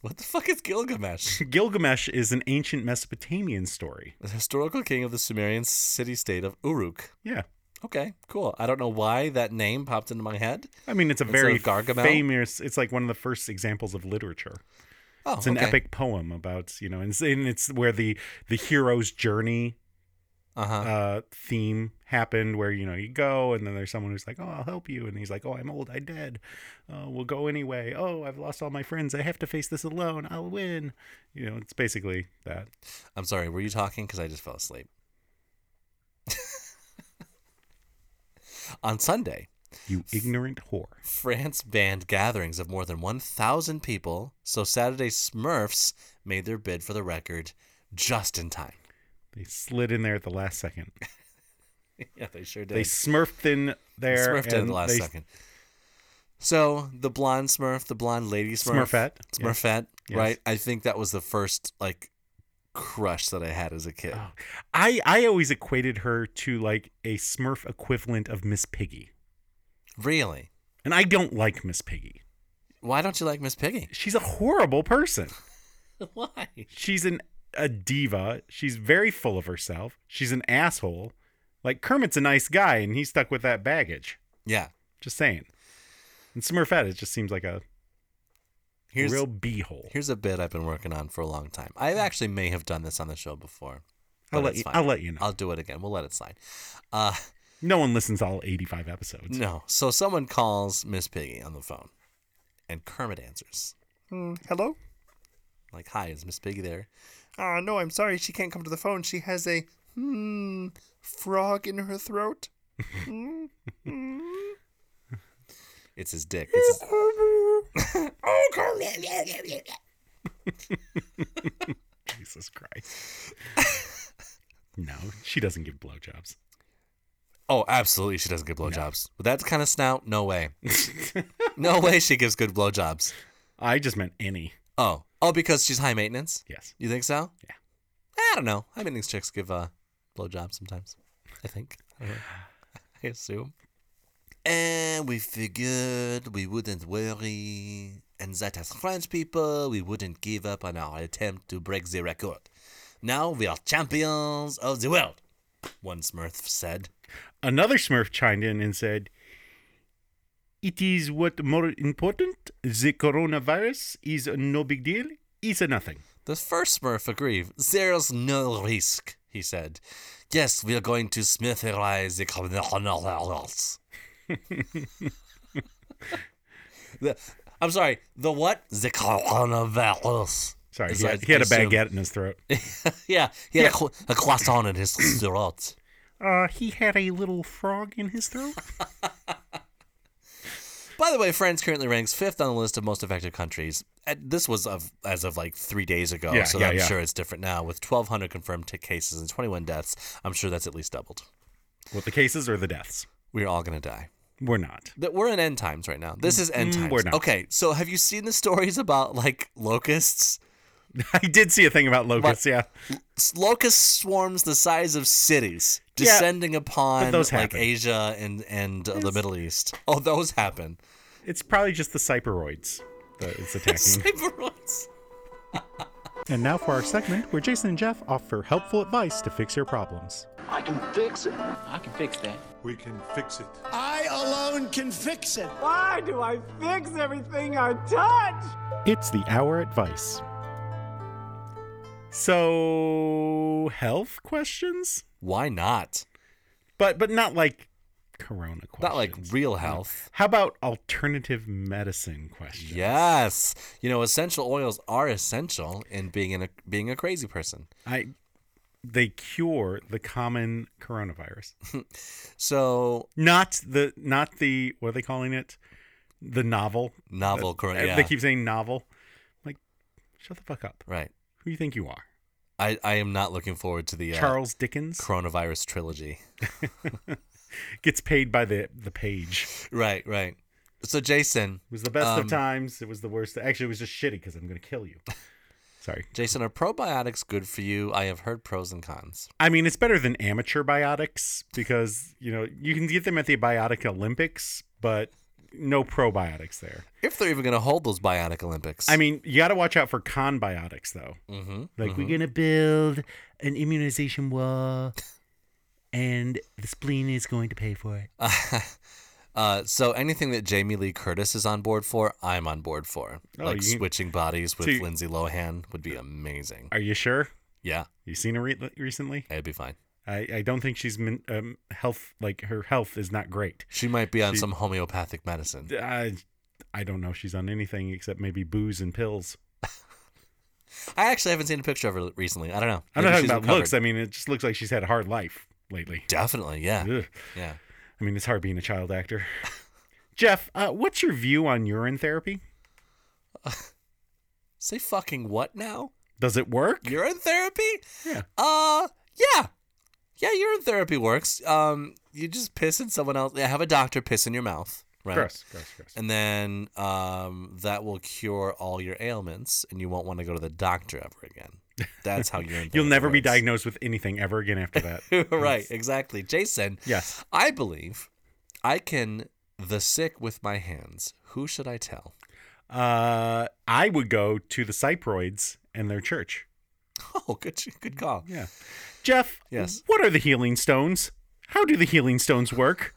What the fuck is Gilgamesh?
Gilgamesh is an ancient Mesopotamian story.
the historical king of the Sumerian city state of Uruk.
Yeah.
Okay, cool. I don't know why that name popped into my head.
I mean, it's a
Instead
very
of Gargamel?
famous. It's like one of the first examples of literature.
Oh,
It's an
okay.
epic poem about you know, and it's, and it's where the the hero's journey
Uh-huh.
uh, theme happened where you know you go and then there's someone who's like oh i'll help you and he's like oh i'm old i'm dead uh, we'll go anyway oh i've lost all my friends i have to face this alone i'll win you know it's basically that
I'm sorry, were you talking? Because I just fell asleep. On Sunday,
you ignorant whore
France banned gatherings of more than 1,000 people, so Saturday Smurfs made their bid for the record just in time.
they slid in there at the last second
yeah, they sure did.
they smurfed in there
Smurfed in
and
the last
they-
second. So the blonde Smurf, the blonde lady Smurf,
Smurfette, yes.
Smurfette,
Yes.
right? I think that was the first like crush that I had as a kid.
Oh. i i always equated her to like a smurf equivalent of miss piggy
Really?
and i don't like miss piggy
Why don't you like Miss Piggy?
she's a horrible person
Why?
she's an a diva. She's very full of herself. She's an asshole. Like Kermit's a nice guy, and he's stuck with that baggage.
Yeah.
Just saying. And Smurfette, it just seems like a
Here's
real beehole.
here's a bit I've been working on for a long time. I actually may have done this on the show before.
I'll
but
let
it's
you.
fine.
I'll let you know.
I'll do it again. We'll let it slide. Uh,
no one listens to all 85 episodes.
no. So someone calls Miss Piggy on the phone, and Kermit answers.
Hmm, Hello?
Like, "Hi, is Miss Piggy there?"
Uh, no, I'm sorry. She can't come to the phone. She has a, hmm, frog in her throat. Hmm,
It's his dick. It's his-
Jesus Christ. no, she doesn't give blowjobs.
Oh, absolutely, she doesn't give blowjobs. With that kind of snout, no way. no way she gives good blowjobs.
I just meant any.
Oh, oh, because she's high maintenance.
Yes.
You think so?
Yeah.
I don't know. High maintenance chicks give uh, blowjobs sometimes. I think. I don't know. I assume. And we figured we wouldn't worry, and that as French people, we wouldn't give up on our attempt to break the record. Now we are champions of the world. One Smurf said.
Another Smurf chimed in and said, It is what more important. The coronavirus is no big deal. It's a nothing.
The first Smurf agreed. There's no risk, he said. Yes, we are going to smurferize the coronavirus. the, I'm sorry, the what? The coronavirus.
Sorry,
Is
he had,
that-
he had a
I assume-
baguette in his throat.
yeah, he had A, cro- a croissant in his throat.
Uh, he had a little frog in his throat.
By the way, France currently ranks fifth on the list of most affected countries. And This was of as of like three days ago,
Yeah,
so
yeah,
I'm
yeah.
sure it's different now. With 1,200 confirmed t- cases and 21 deaths, I'm sure that's at least doubled.
What the cases or the deaths?
We're all going to die.
We're not.
that we're in end times right now. This is end
Mm,
times.
we're not.
Okay, so have you seen the stories about like locusts?
I did see a thing about locusts. Yeah,
S- Locust swarms the size of cities descending upon
those
like
happen.
Asia and and uh, the Middle East. Oh, those happen.
It's probably just the cyberoids that it's attacking.
Cyberoids.
and now for our segment where Jason and Jeff offer helpful advice to fix your problems.
I can fix it.
I can fix that.
We can fix it.
I alone can fix it.
Why do I fix everything I touch?
It's the hour advice. So health questions?
Why not?
But but not like corona questions.
Not like real health.
How about alternative medicine questions?
Yes, you know, essential oils are essential in being in a being a crazy person.
I they cure the common coronavirus.
So
Not the not the what are they calling it? The novel. Uh,
novel, correct? Yeah,
They keep saying novel. like, shut the fuck up.
right.
Who do you think you are?
I I am not looking forward to the uh,
Charles Dickens
coronavirus trilogy.
gets paid by the the page.
Right, right. So Jason,
It was the best
Um,
of times. It was the worst. Actually, it was just shitty because I'm going to kill you. Sorry.
Jason, are probiotics good for you? I have heard pros and cons.
I mean, it's better than amateur biotics because, you know, you can get them at the Biotic Olympics, but no probiotics there.
If they're even going to hold those biotic Olympics,
I mean, you got to watch out for con biotics, though.
hmm
Like, we're going to build an immunization wall and the spleen is going to pay for it.
Uh, so anything that Jamie Lee Curtis is on board for, I'm on board for.
Oh,
like
you-
switching bodies with
So you-
Lindsay Lohan would be amazing.
Are you sure?
Yeah,
You seen her re- recently?
it'd be fine.
I, I don't think she's min- um, health, like, her health is not great.
She might be on
She-
some homeopathic medicine.
I, I don't know if she's on anything except maybe booze and pills.
I actually haven't seen a picture of her recently. I don't know. Maybe
I'm not talking
she's
about
recovered.
looks. I mean, it just looks like she's had a hard life lately.
Definitely, yeah,
Ugh.
yeah.
I mean, it's hard being a child actor. Jeff, uh, what's your view on urine therapy?
Say fucking what now?
Does it work?
Urine therapy?
Yeah.
Uh, yeah. Yeah, urine therapy works. Um, you just piss in someone else. yeah, Have a doctor piss in your mouth, right?
Gross, gross, gross.
And then um, that will cure all your ailments, and you won't want to go to the doctor ever again. That's how urine.
You'll
therapy
never be
works.
diagnosed with anything ever again after that.
right? Exactly, Jason.
Yes.
I believe I can the sick with my hands. Who should I tell?
Uh, I would go to the Cyproids and their church.
Oh, good, good call.
Yeah. Jeff,
Yes.
what are the healing stones? How do the healing stones work?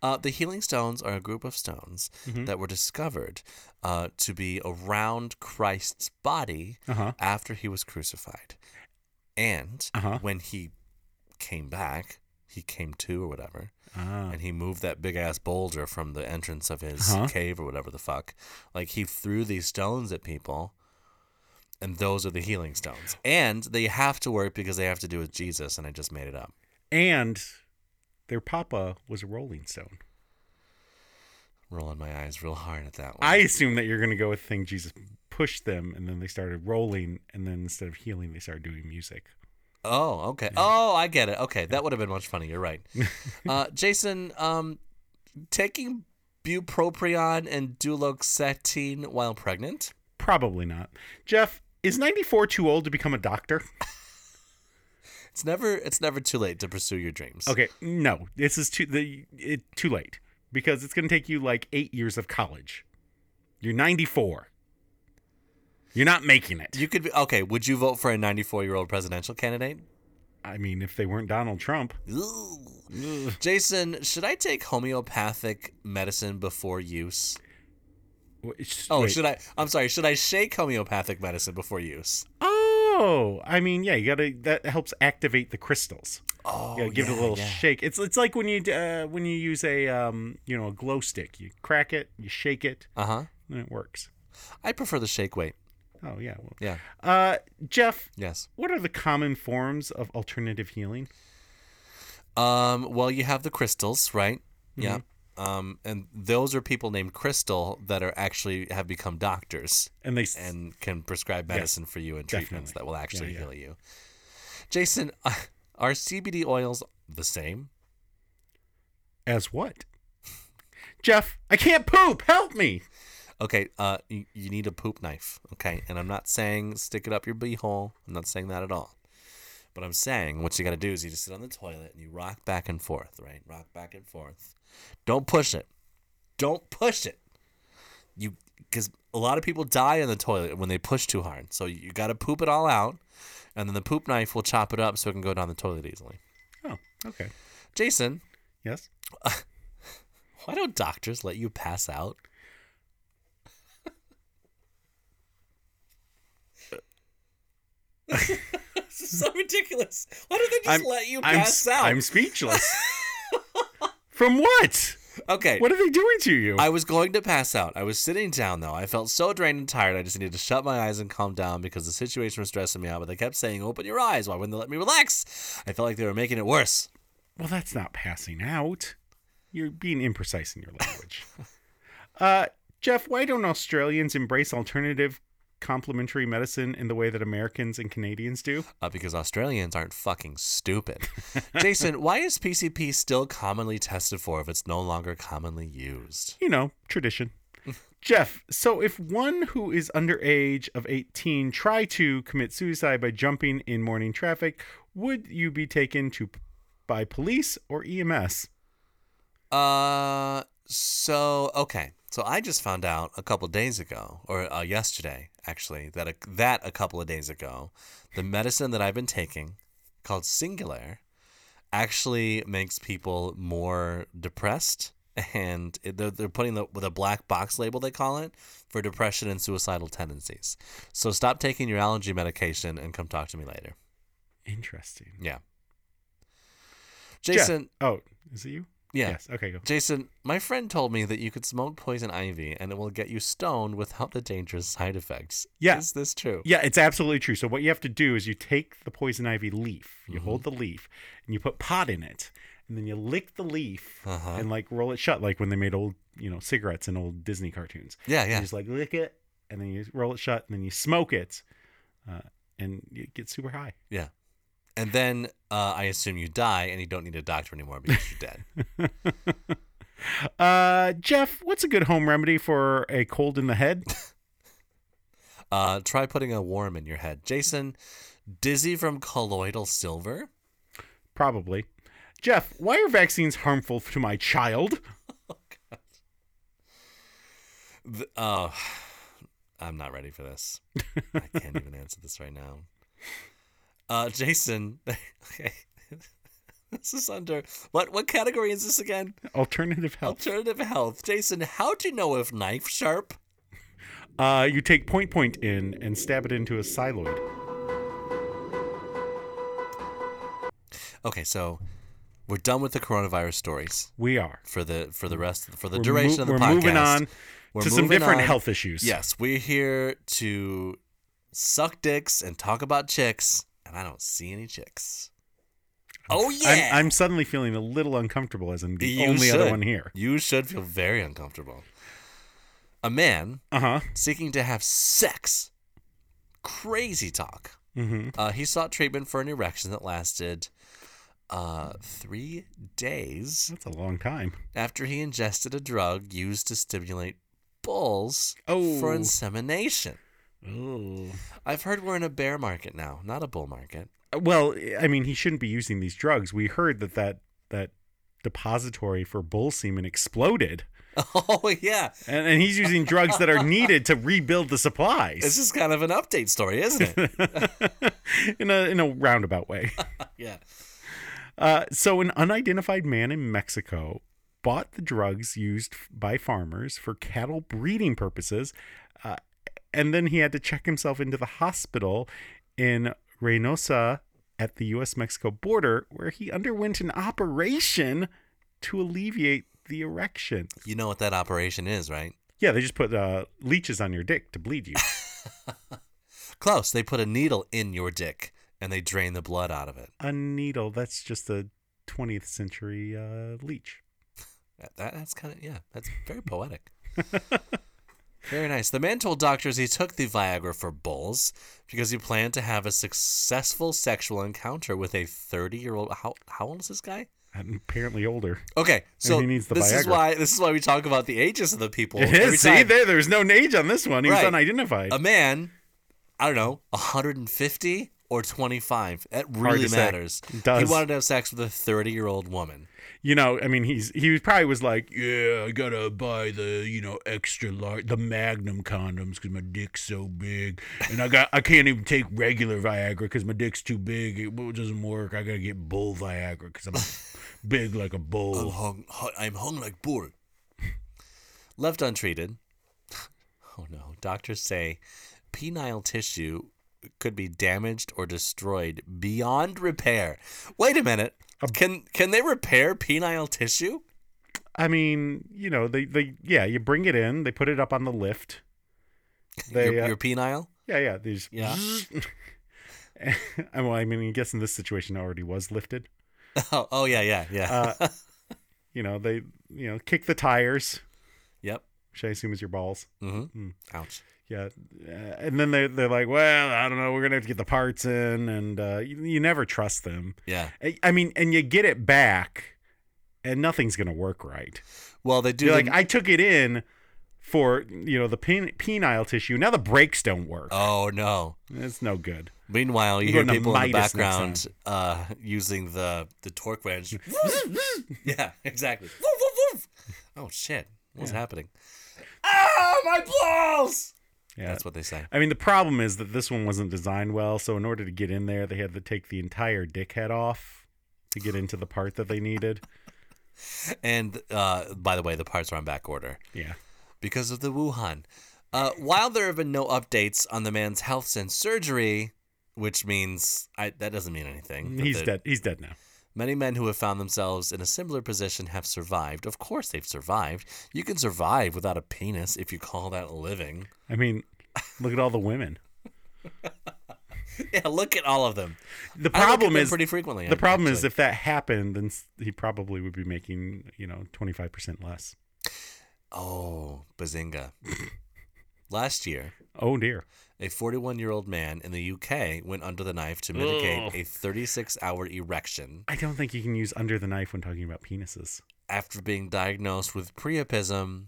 Uh, the healing stones are a group of stones
Mm-hmm.
that were discovered uh, to be around Christ's body
Uh-huh.
after he was crucified. And
Uh-huh.
when he came back, he came to or whatever,
Ah.
and he moved that big ass boulder from the entrance of his
Uh-huh.
cave or whatever the fuck. Like he threw these stones at people, and those are the healing stones. And they have to work because they have to do with Jesus, and I just made it up.
And their papa was a rolling stone.
Rolling my eyes real hard at that one.
I assume that you're going to go with the thing Jesus pushed them, and then they started rolling, and then instead of healing, they started doing music.
Oh, okay. Oh, I get it. Okay, that would have been much funny. You're right. Uh, Jason, um, taking bupropion and duloxetine while pregnant.
Probably not. Jeff, is 94 too old to become a doctor?
It's never. It's never too late to pursue your dreams.
Okay, no. This is too the it, too late because it's going to take you like eight years of college. You're 94. You're not making it.
You could be okay. Would you vote for a 94 year old presidential candidate?
I mean, if they weren't Donald Trump,
Ooh. Jason, should I take homeopathic medicine before use?
w- it's-
Oh,
wait.
should I? I'm sorry. Should I shake homeopathic medicine before use?
Oh, I mean, yeah, you gotta. That helps activate the crystals.
Oh,
yeah, give it
yeah,
a little
yeah.
shake. It's it's like when you uh, when you use a um you know a glow stick. You crack it, you shake it,
Uh huh.
and it works.
I prefer the shake weight.
Oh yeah. Well.
Yeah.
Uh, Jeff,
Yes.
what are the common forms of alternative healing?
Um, well, you have the crystals, right?
Mm-hmm.
Yeah. Um, and those are people named Crystal that are actually have become doctors
And they s-
and can prescribe medicine for you and treatments
definitely.
that will actually
yeah.
heal you. Jason, are CBD oils the same?
as what? Jeff, I can't poop. Help me.
Okay, uh, you, you need a poop knife. Okay, and I'm not saying stick it up your beehole. I'm not saying that at all. But I'm saying what you got to do is you just sit on the toilet and you rock back and forth, right? Rock back and forth. Don't push it. Don't push it. You because a lot of people die in the toilet when they push too hard. So you got to poop it all out, and then the poop knife will chop it up so it can go down the toilet easily.
Oh, okay.
Jason,
Yes.
why don't doctors let you pass out? this is so ridiculous. Why don't they just let you
I'm,
pass
s-
out?
I'm speechless. From what?
okay.
What are they doing to you?
I was going to pass out. I was sitting down though. I felt so drained and tired. I just needed to shut my eyes and calm down because the situation was stressing me out. But they kept saying, "Open your eyes." Why wouldn't they let me relax? I felt like they were making it worse.
well, that's not passing out. You're being imprecise in your language. uh, Jeff, why don't Australians embrace alternative complementary medicine in the way that Americans and Canadians do?
Uh, because Australians aren't fucking stupid. Jason, why is PCP still commonly tested for if it's no longer commonly used?
you know, tradition. Jeff, so if one who is under age of 18 try to commit suicide by jumping in morning traffic, would you be taken to by police or E EMS?
Uh, so okay, so I just found out a couple days ago, or uh, yesterday actually, that a, that a couple of days ago, the medicine that I've been taking, called Singular, actually makes people more depressed, and it, they're they're putting the with a black box label they call it for depression and suicidal tendencies. So stop taking your allergy medication and come talk to me later.
Interesting.
Yeah.
Jeff-
Jason,
oh, is it you?
yeah.
Yes. Okay, go.
Jason, my friend told me that you could smoke poison ivy and it will get you stoned without the dangerous side effects.
Yeah.
Is this true?
Yeah, it's absolutely true. So what you have to do is you take the poison ivy leaf,
Mm-hmm.
you hold the leaf, and you put pot in it, and then you lick the leaf
Uh-huh.
and like roll it shut, like when they made old, you know, cigarettes in old Disney cartoons.
Yeah, yeah.
You just like lick it, and then you roll it shut, and then you smoke it, uh, and you get super high.
Yeah. And then uh, I assume you die and you don't need a doctor anymore because you're dead.
Uh, Jeff, what's a good home remedy for a cold in the head?
Uh, try putting a worm in your head. Jason, dizzy from colloidal silver?
Probably. Jeff, why are vaccines harmful to my child?
Th- oh, I'm not ready for this. I can't even answer this right now. Uh, Jason, okay. this is under what? What category is this again?
Alternative health.
Alternative health. Jason, how do you know if knife sharp?
Uh, you take point point in and stab it into a siloid.
Okay, so we're done with the coronavirus stories
We are.
for the for the rest for the
We're
duration
mo-
of the
we're
podcast.
moving on
We're
to some
moving
different
on.
health issues.
Yes, we're here to suck dicks and talk about chicks, and I don't see any chicks. Oh yeah,
I'm, I'm suddenly feeling a little uncomfortable as I'm the
You
only other
should.
one here.
You should feel very uncomfortable. A man
Uh huh.
seeking to have sex. Crazy talk.
Mm-hmm.
Uh, he sought treatment for an erection that lasted uh, three days
That's a long time.
after he ingested a drug used to stimulate bulls for
Oh.
insemination.
Oh.
I've heard we're in a bear market now, not a bull market.
Uh, Well, I mean, he shouldn't be using these drugs. We heard that that that depository for bull semen exploded,
Oh, yeah.
and, and he's using drugs that are needed to rebuild the supplies.
This is kind of an update story, isn't it?
in a in a roundabout way.
yeah.
Uh, so, an unidentified man in Mexico bought the drugs used f- by farmers for cattle breeding purposes, uh, and then he had to check himself into the hospital in Reynosa at the U.S. Mexico border, where he underwent an operation to alleviate the erection.
You know what that operation is, right?
Yeah, they just put uh, leeches on your dick to bleed you.
Close. They put a needle in your dick and they drain the blood out of it.
a needle, that's just a 20th century uh, leech.
That, that- that's kind of yeah. That's very poetic. very nice. The man told doctors he took the Viagra for bulls because he planned to have a successful sexual encounter with a 30-year-old. How how old is this guy?
I'm apparently older.
Okay, so
he needs the
this is
Viagra.
why this is why we talk about the ages of the people.
It
every
is. See,
time.
there, there's no age on this one. He was
Right.
unidentified.
a man, I don't know, 150 or 25. That
to
really
say.
matters.
It does.
He wanted to have sex with a 30 year old woman.
You know, I mean, he's he probably was like, yeah, I gotta buy the you know extra large, the Magnum condoms because my dick's so big, and I got I can't even take regular Viagra because my dick's too big. It w- doesn't work. I gotta get bull Viagra because I'm big like a
I'm
bull.
hung, hu- I'm hung like bull. Left untreated, oh no, doctors say penile tissue could be damaged or destroyed beyond repair. Wait a minute.
Um,
Can can they repair penile tissue?
I mean, you know, they they yeah, you bring it in, they put it up on the lift. They
your,
uh,
your penile?
yeah yeah these
Yeah.
well, I mean, I guess in this situation it already was lifted.
Oh, oh yeah, yeah, yeah.
Uh, you know, they you know kick the tires,
yep.
which I assume is your balls. hmm.
Mm-hmm. Ouch.
Yeah, uh, and then they they're like, well, I don't know, we're gonna have to get the parts in, and uh, you, you never trust them.
Yeah.
I, I mean, and you get it back, and nothing's gonna work right.
Well, they do.
You're
the-
like, I took it in for you know the pen, penile tissue. Now the brakes don't work.
oh no.
It's no good.
Meanwhile, you
I'm
hear
going to
people in the
Midas next
background uh, using the the torque wrench. yeah, exactly. oh shit! What's happening? Ah, my balls!
Yeah.
That's what they say.
I mean, the problem is that this one wasn't designed well. So in order to get in there, they had to take the entire dick head off to get into the part that they needed.
And uh, by the way, the parts are on back order
Yeah.
because of the Wuhan. Uh, while there have been no updates on the man's health since surgery, which means I, that doesn't mean anything. that
He's
the-
dead. He's dead now.
Many men who have found themselves in a similar position have survived. Of course, they've survived. You can survive without a penis if you call that living.
I mean, look at all the women.
Yeah, look at all of them.
The
I look at
problem
them
is
pretty frequently.
the problem is
actually.
if that happened, then s- he probably would be making you know twenty five percent less.
oh, bazinga! Last year,
Oh dear.
a 41-year-old man in the UK went under the knife to mitigate
Ugh.
a 36-hour erection
I don't think you can use under the knife when talking about penises.
after being diagnosed with priapism,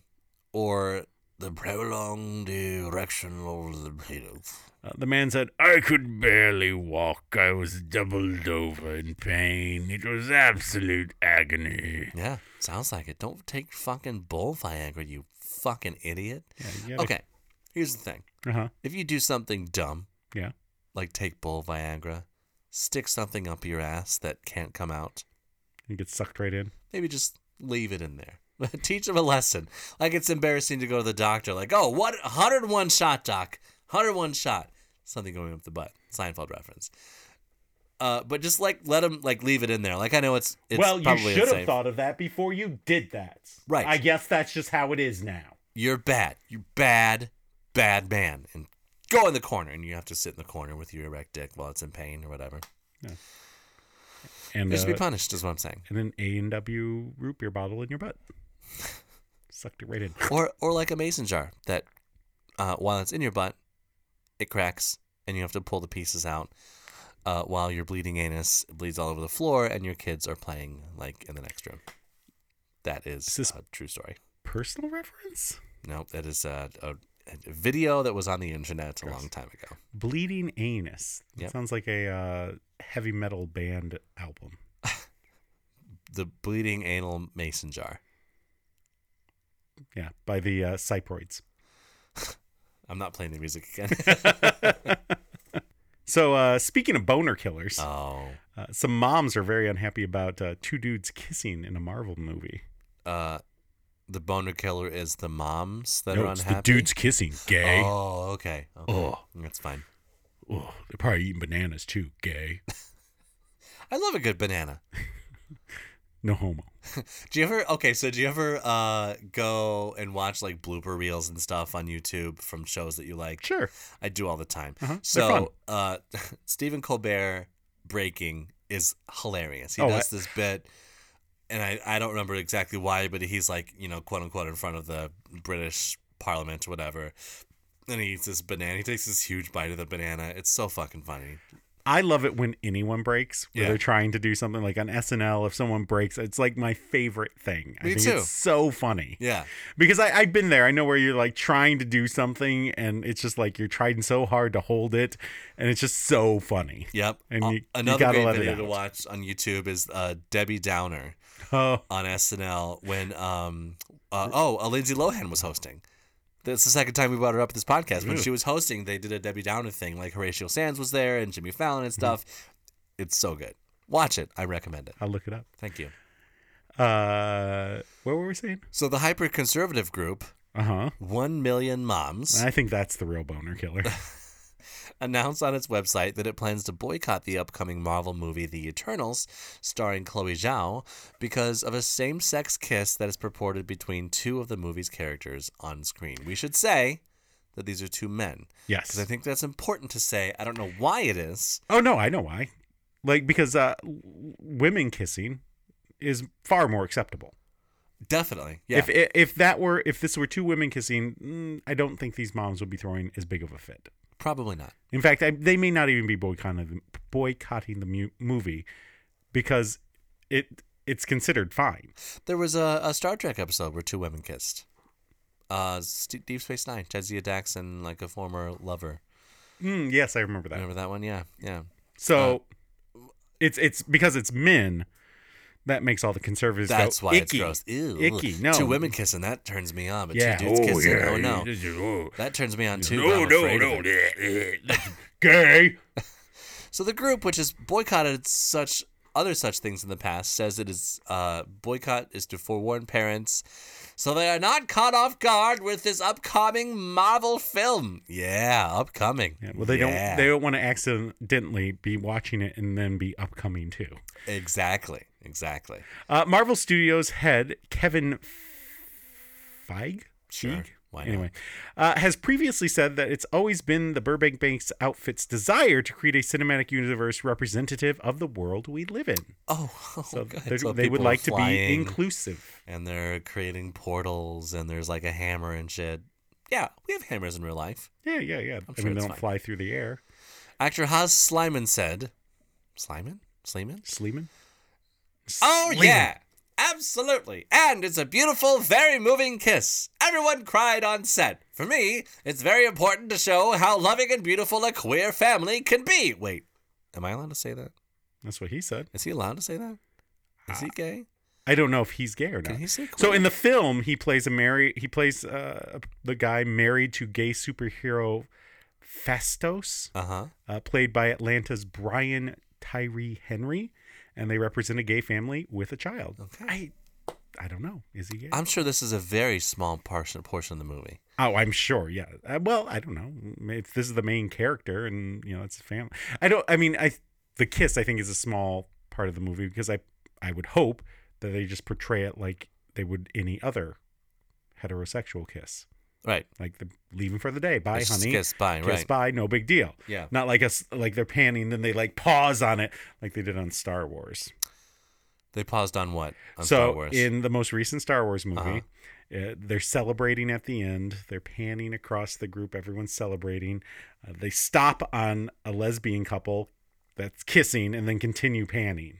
or the prolonged erection of the penis.
Uh, the man said, "I could barely walk. I was doubled over in pain. It was absolute agony."
Yeah, sounds like it. Don't take fucking bull Viagra, you fucking idiot.
you gotta-
okay, here's the thing.
Uh huh.
If you do something dumb,
Yeah.
like take bull Viagra, stick something up your ass that can't come out,
And get sucked right in.
maybe just leave it in there. Teach them a lesson. Like it's embarrassing to go to the doctor, like, oh, what? 101 shot, doc. 101 shot. Something going up the butt. Seinfeld reference. Uh, but just like let them like leave it in there. Like I know it's it's probably unsafe.
of that before you did that.
Right. I
guess that's just how it is now.
you're bad. You're bad, bad man. And go in the corner and you have to sit in the corner with your erect dick while it's in pain or whatever.
And
You should be
uh,
punished is what I'm saying.
and an A and W root beer bottle in your butt. Sucked it right in.
Or or like a mason jar that uh, while it's in your butt, it cracks and you have to pull the pieces out. Uh, while your bleeding anus bleeds all over the floor and your kids are playing like in the next room. That is
this-
a true story.
Personal reference?
No, that is a, a, a video that was on the internet a long time ago.
Bleeding anus. That
Yep.
sounds like a uh, heavy metal band album.
The bleeding anal mason jar.
Yeah, by the uh, Cyproids.
I'm not playing the music again.
So uh, speaking of boner killers, uh,
oh,
some moms are very unhappy about uh, two dudes kissing in a Marvel movie.
uh, the boner killer is the moms that are
it's
unhappy.
the dudes kissing. Gay.
Oh, okay. okay.
Oh.
that's fine.
Oh, they're probably eating bananas too. Gay.
I love a good banana.
No homo.
Do you ever? Okay, so do you ever uh, go and watch like blooper reels and stuff on YouTube from shows that you like?
Sure.
I do all the time.
Uh-huh. They're
So uh, Stephen Colbert breaking is hilarious. He
Oh,
does
I-
this bit, and I, I don't remember exactly why, but he's like you know quote unquote in front of the British Parliament or whatever. And he eats this banana. He takes this huge bite of the banana. It's so fucking funny.
I love it when anyone breaks, where
Yeah.
they're trying to do something like on SNL. If someone breaks, it's like my favorite thing. I
Me
think
too.
It's so funny.
Yeah.
Because I, I've been there. I know where you're like trying to do something and it's just like you're trying so hard to hold it. And it's just so funny.
Yep.
And
Uh,
you- you
another
gotta
great
let it
video to
out.
watch on YouTube is uh, Debbie Downer
Oh,
on SNL when um uh, oh uh, Lindsay Lohan was hosting. That's the second time we brought her up in this podcast. When she was hosting, they did a Debbie Downer thing. Like Horatio Sands was there and Jimmy Fallon and stuff. It's so good. Watch it. I recommend it.
I'll look it up.
Thank you.
Uh, what were we saying?
So the hyper conservative group,
Uh huh.
One Million Moms,
I think that's the real boner killer.
announced on its website that it plans to boycott the upcoming Marvel movie The Eternals, starring Chloe Zhao, because of a same sex kiss that is purported between two of the movie's characters on screen. We should say that these are two men. Because
Yes.
I think that's important to say. I don't know why it is.
oh no, I know why. Like because uh, w- women kissing is far more acceptable.
Definitely. Yeah.
If i- if that were if this were two women kissing, mm, I don't think these moms would be throwing as big of a fit.
probably not.
In fact, I, they may not even be boycotting the, boycotting the mu- movie because it it's considered fine.
There was a, a Star Trek episode where two women kissed. Uh, St- Deep Space Nine, Jadzia Dax and like a former lover.
Mm, yes, I remember that.
Remember that one? Yeah, Uh, yeah.
So it's it's because it's men that makes all the conservatives go,
That's why
"Icky,
it's gross. Ew.
icky. No,
Two women kissing, that turns me on. But
Yeah.
two dudes kissing, oh no.
no.
That turns me on too. but
No,
I'm
no,
afraid of
no,
it.
that's gay.
So the group, which has boycotted such other such things in the past, says it is uh, boycott is to forewarn parents so they are not caught off guard with this upcoming Marvel film. Yeah, upcoming.
Yeah, well, they
Yeah,
don't. They don't want to accidentally be watching it and then be upcoming too.
exactly, exactly.
Uh, Marvel Studios head Kevin Feige.
Sure,
Feige?
why not?
Anyway, uh, has previously said that it's always been the Burbank Bank's outfit's desire to create a cinematic universe representative of the world we live in.
Oh,
So,
God.
they're-
So
they would
people are
like to
flying,
be inclusive.
and they're creating portals, and there's like a hammer and shit. Yeah, we have hammers in real life.
Yeah, yeah, yeah. i
sure
mean, they
it's
don't
fine.
fly through the air.
Actor Haas Sliman said, "Sliman, Sliman,
Sleeman.
Oh
Sleeman.
yeah, absolutely. And it's a beautiful, very moving kiss. Everyone cried on set. For me, it's very important to show how loving and beautiful a queer family can be. Wait, am I allowed to say that?
That's what he said.
Is he allowed to say that? Is
Ah.
he gay?
I don't know if he's gay or not.
Can he say
so
queer?
in the film, he plays a marry. He plays uh, the guy married to gay superhero Fastos,
Uh huh.
uh, played by Atlanta's Brian Tyree Henry, and they represent a gay family with a child.
Okay.
I don't know. Is he gay?
I'm sure this is a very small portion portion of the movie.
oh, I'm sure. Yeah. Uh, well, I don't know. If this is the main character, and you know, it's a family. I don't. I mean, I the kiss I think is a small part of the movie because I I would hope that they just portray it like they would any other heterosexual kiss.
Right.
like the leaving for the day. Bye,
It's just
honey.
kiss, bye,
kiss
right.
bye, no big deal.
Yeah.
Not like us, like they're panning, then they like pause on it, like they did on Star Wars.
They paused on what? On
so
Star Wars.
in the most recent Star Wars
Uh-huh.
movie, uh, they're celebrating at the end. They're panning across the group. Everyone's celebrating. Uh, they stop on a lesbian couple that's kissing, and then continue panning.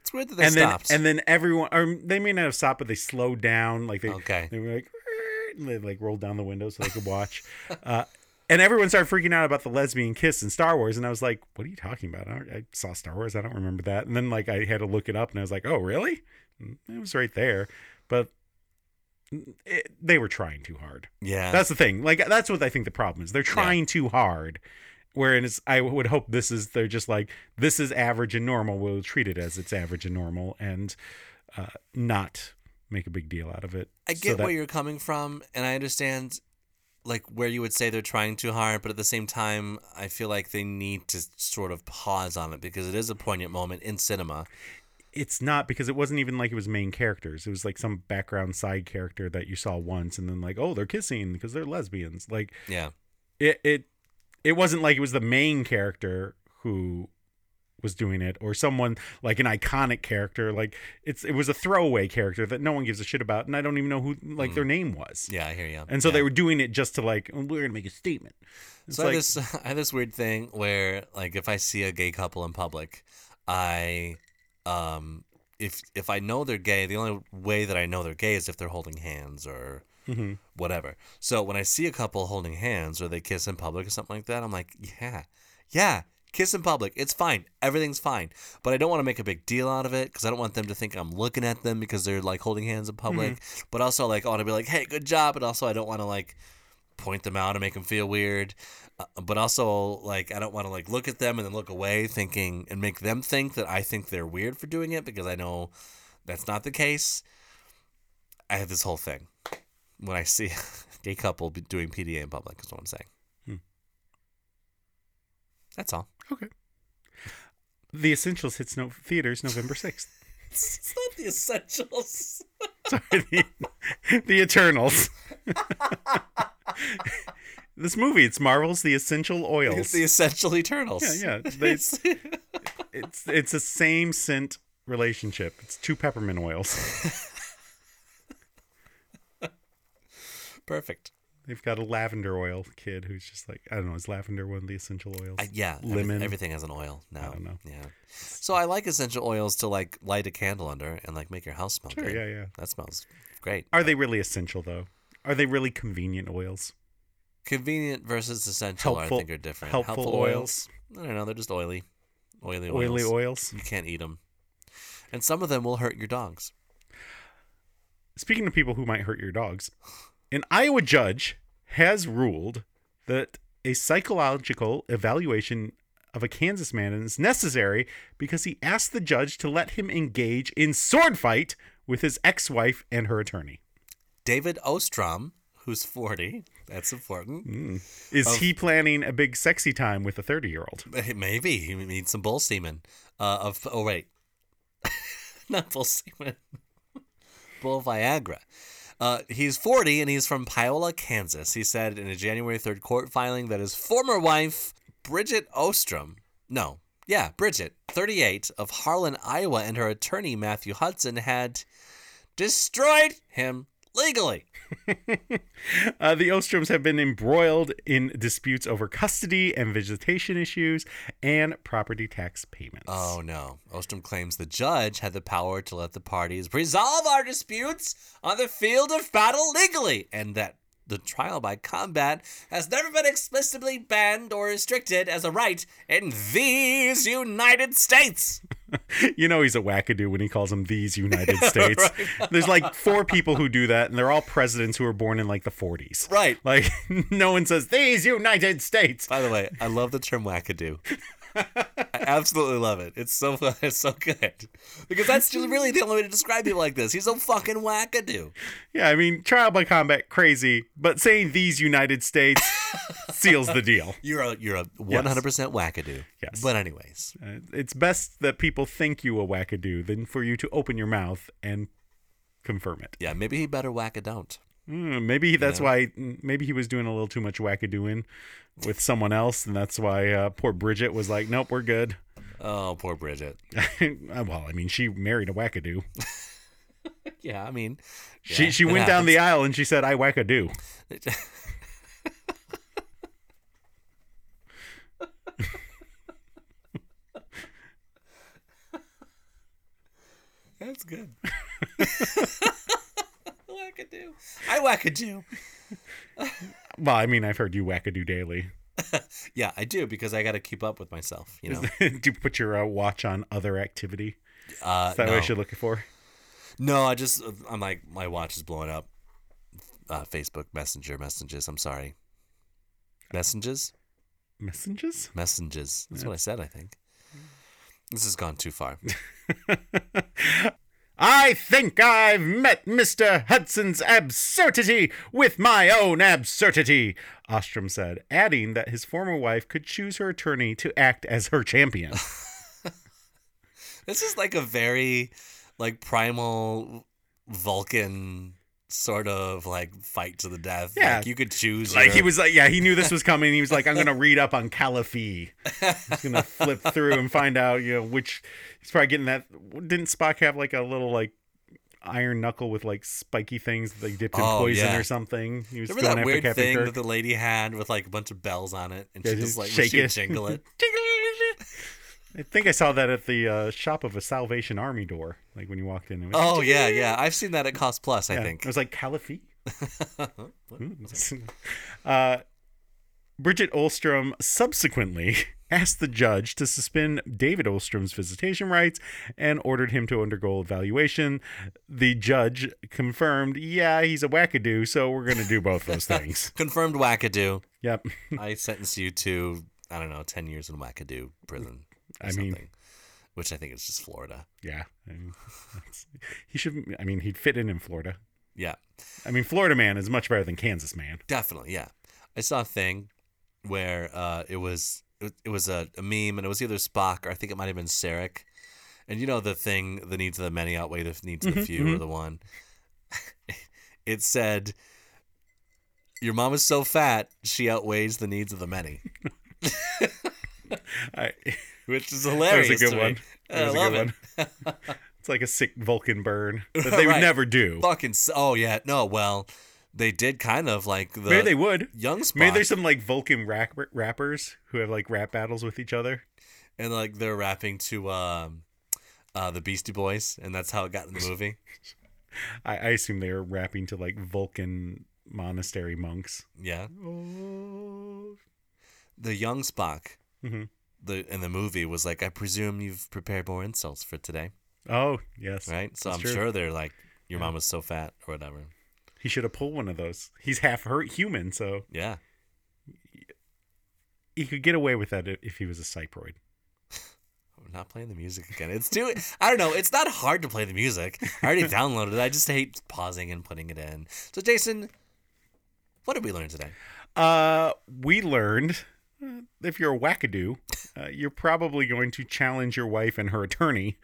it's weird that they
and
stopped.
then and then everyone, or they may not have stopped, but they slowed down. Like they,
Okay.
they were like, "Rrrr," and they like rolled down the window so they could watch. uh, and everyone started freaking out about the lesbian kiss in Star Wars, and I was like, "What are you talking about? I, don't- I saw Star Wars. I don't remember that." And then like I had to look it up, and I was like, "Oh, really? Mm, It was right there." But it, they were trying too hard.
yeah.
That's the thing. Like that's what I think the problem is. They're trying too hard. Whereas I would hope this is they're just like this is average and normal. We'll treat it as it's average and normal, and uh, not make a big deal out of it.
I
So
get
that-
where you're coming from, and I understand like where you would say they're trying too hard, but at the same time, I feel like they need to sort of pause on it because it is a poignant moment in cinema.
It's not because it wasn't even like it was main characters. It was like some background side character that you saw once, and then like oh they're kissing because they're lesbians. Like
Yeah,
it it it wasn't like it was the main character who was doing it or someone like an iconic character like it's it was a throwaway character that no one gives a shit about and I don't even know who like their name was.
Mm. Yeah, I hear you.
And so they were doing it just to like we're going to make a statement. It's
So I
like
have this I have this weird thing where like if I see a gay couple in public, I um if if I know they're gay, the only way that I know they're gay is if they're holding hands or
Mm-hmm.
whatever. So when I see a couple holding hands or they kiss in public or something like that, I'm like, yeah, yeah, kiss in public. It's fine. Everything's fine. But I don't want to make a big deal out of it because I don't want them to think I'm looking at them because they're like holding hands in public.
Mm-hmm.
But also, like, I want to be like, hey, good job. And also, I don't want to like point them out and make them feel weird. Uh, but also, like, I don't want to like look at them and then look away, thinking and make them think that I think they're weird for doing it because I know that's not the case. I have this whole thing when I see a gay couple be- doing PDA in public is what I'm saying. That's all.
Okay. The Essentials hits no theaters November 6th.
It's not the essentials.
Sorry, the, the Eternals. this movie, it's Marvel's The Essential
It's
Oils.
the essential Eternals.
yeah, yeah. They, it's it's it's a same scent relationship. It's two peppermint oils.
Perfect.
They've got a lavender oil kid who's just like I don't know. Is lavender one of the essential oils?
I, yeah, every-
lemon.
everything has an oil now.
don't know.
Yeah. So I like essential oils to like light a candle under and like make your house smell
Sure,
good.
yeah, yeah.
That smells great.
Are they really essential though? Are they really convenient oils?
Convenient versus essential, I
Helpful-
think, are different.
helpful
I don't know. They're just oily, oily,
Oily
oils.
oils.
You can't eat them, and some of them will hurt your dogs.
Speaking of people who might hurt your dogs, an Iowa judge has ruled that a psychological evaluation of a Kansas man is necessary because he asked the judge to let him engage in sword fight with his ex-wife and her attorney.
David Ostrom, who's 40, that's important.
Is he planning a big sexy time with a 30-year-old?
Maybe he needs some bull semen. Uh, of oh wait, not bull semen, bull Viagra. Uh, he's 40 and he's from Piola, Kansas. He said in a January 3rd court filing that his former wife, Bridget Ostrom, no, yeah, Bridget, 38, of Harlan, Iowa, and her attorney, Matthew Hudson, had destroyed him legally.
Uh, the Ostroms have been embroiled in disputes over custody and visitation issues and property tax payments.
Oh no. Ostrom claims the judge had the power to let the parties resolve our disputes on the field of battle legally, and that the trial by combat has never been explicitly banned or restricted as a right in these United States.
you know he's a wackadoo when he calls them these United States. There's like four people who do that, and they're all presidents who were born in like the 40s.
Right.
Like no one says these United States.
By the way, I love the term wackadoo. I absolutely love it. It's so it's so good because that's just really the only way to describe people like this. He's a fucking wackadoo.
Yeah, I mean trial by combat, crazy, but saying these United States seals the deal.
You're a you're a 100% wackadoo.
Yes.
But anyways,
Uh, it's best that people think you a wackadoo than for you to open your mouth and confirm it.
Yeah, maybe he better whack a don't.
Mm, maybe that's why. mm, Maybe he was doing a little too much wackadooing with someone else, and that's why uh, poor Bridget was like, "Nope, we're good." Uh,
Oh, poor Bridget.
well, I mean, she married a wackadoo.
Yeah, I mean,
she she went down the aisle and she said, "I wackadoo."
the. That's good. wackadoo. I wackadoo.
Well, I mean, I've heard you wackadoo daily.
Yeah, I do because I got to keep up with myself. You know,
Do you put your uh, watch on other activity?
uh,
Is that what I
no.
should look for?
No, I just I'm like my watch is blowing up. Uh, Facebook Messenger messages. I'm sorry. Messages,
Messages?
messages. That's what I said. I think
Mm.
this has gone too far.
I think I've met Mr. Hudson's absurdity with my own absurdity, Ostrom said, adding that his former wife could choose her attorney to act as her champion.
this is like a very like primal Vulcan sort of like fight to the death.
Yeah.
Like you could choose.
Like
your-
he was like, yeah, he knew this was coming. He was like, I'm gonna read up on Caliphy. He's gonna flip through and find out, you know, which he's probably getting that. Didn't Spock have like a little like iron knuckle with like spiky things that they dipped in
Oh,
poison
yeah.
or something? He was
Remember that weird
Captain
thing
Kirk.
that the lady had with like a bunch of bells on it, and
Yeah,
she
just
just like
shake
she
it.
would jingle it.
I think I saw that at the uh, shop of a Salvation Army door, like when you walked in. It was,
Oh yeah, yeah. I've seen that at Cost Plus. I
yeah,
think.
it was like Caliphy. Hmm. uh, Bridget Olstrom subsequently asked the judge to suspend David Olstrom's visitation rights and ordered him to undergo evaluation. The judge confirmed, "Yeah, he's a wackadoo, so we're going to do both those things."
Confirmed wackadoo.
Yep.
I sentenced you to I don't know ten years in wackadoo prison. Or
I mean-
something, which I think is just Florida.
Yeah. I mean, that's- he should. I mean, he'd fit in in Florida.
Yeah.
I mean, Florida man is much better than Kansas man.
Definitely, yeah. I saw a thing where uh, it was it, it was a, a meme, and it was either Spock or I think it might have been Sarek. And you know the thing, the needs of the many outweigh the needs
Mm-hmm,
of the few, or the one. it said, "Your mom is so fat, she outweighs the needs of the many,"
I,
which is
that was
hilarious.
a good
to me.
one.
I
That was a
love
good
it.
one. It's like a sick Vulcan burn that they would
Right.
never do.
Fucking s- oh yeah, no, well, they did kind of like the
Maybe they would.
young Spock.
Maybe there's some like Vulcan rap- rappers who have like rap battles with each other.
and like they're rapping to um uh the Beastie Boys and that's how it got in the movie.
I, I assume they were rapping to like Vulcan monastery monks.
Yeah.
Oh,
The young Spock
Mhm.
the in the movie was like, I presume you've prepared more insults for today.
oh yes.
Right? So
That's
I'm
true.
sure they're like, Your mom was so fat or whatever.
He should have pulled one of those. He's half hurt human, so
Yeah.
he could get away with that i- if he was a cyproid.
We're not playing the music again. It's too I don't know, it's not hard to play the music. I already downloaded it. I just hate pausing and putting it in. So Jason, what did we learn today?
Uh, we learned uh, if you're a wackadoo, uh, you're probably going to challenge your wife and her attorney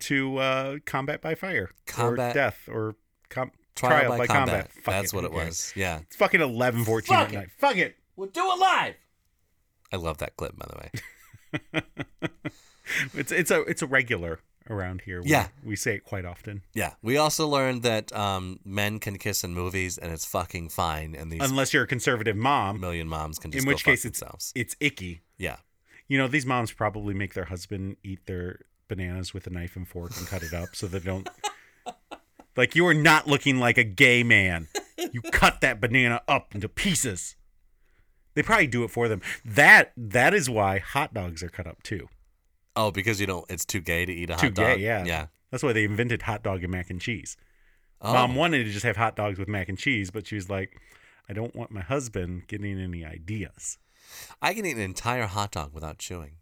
to uh, combat by fire or
Combat-
death or com-
Trial, by, combat.
Fuck
That's
who
what it
cares?
was. Yeah.
It's fucking eleven fourteen
Fuck
at
it.
night. Fuck it.
We'll do it live. I love that clip, by the way.
It's it's a it's a regular around here. We,
Yeah.
we say it quite often,
Yeah. We also learned that um, men can kiss in movies and it's fucking fine. And these
unless you're a conservative mom,
million moms can just
in
go
which
fuck
case it's
themselves.
it's icky.
Yeah.
You know, these moms probably make their husband eat their bananas with a knife and fork and cut it up so they don't. like you are not looking like a gay man. You cut that banana up into pieces. They probably do it for them. That that is why hot dogs are cut up too.
Oh, because you don't, it's too gay to eat a
Too
hot dog.
gay, yeah.
Yeah.
That's why they invented hot dog and mac and cheese.
Oh,
Mom wanted to just have hot dogs with mac and cheese, but she was like, I don't want my husband getting any ideas.
I can eat an entire hot dog without chewing.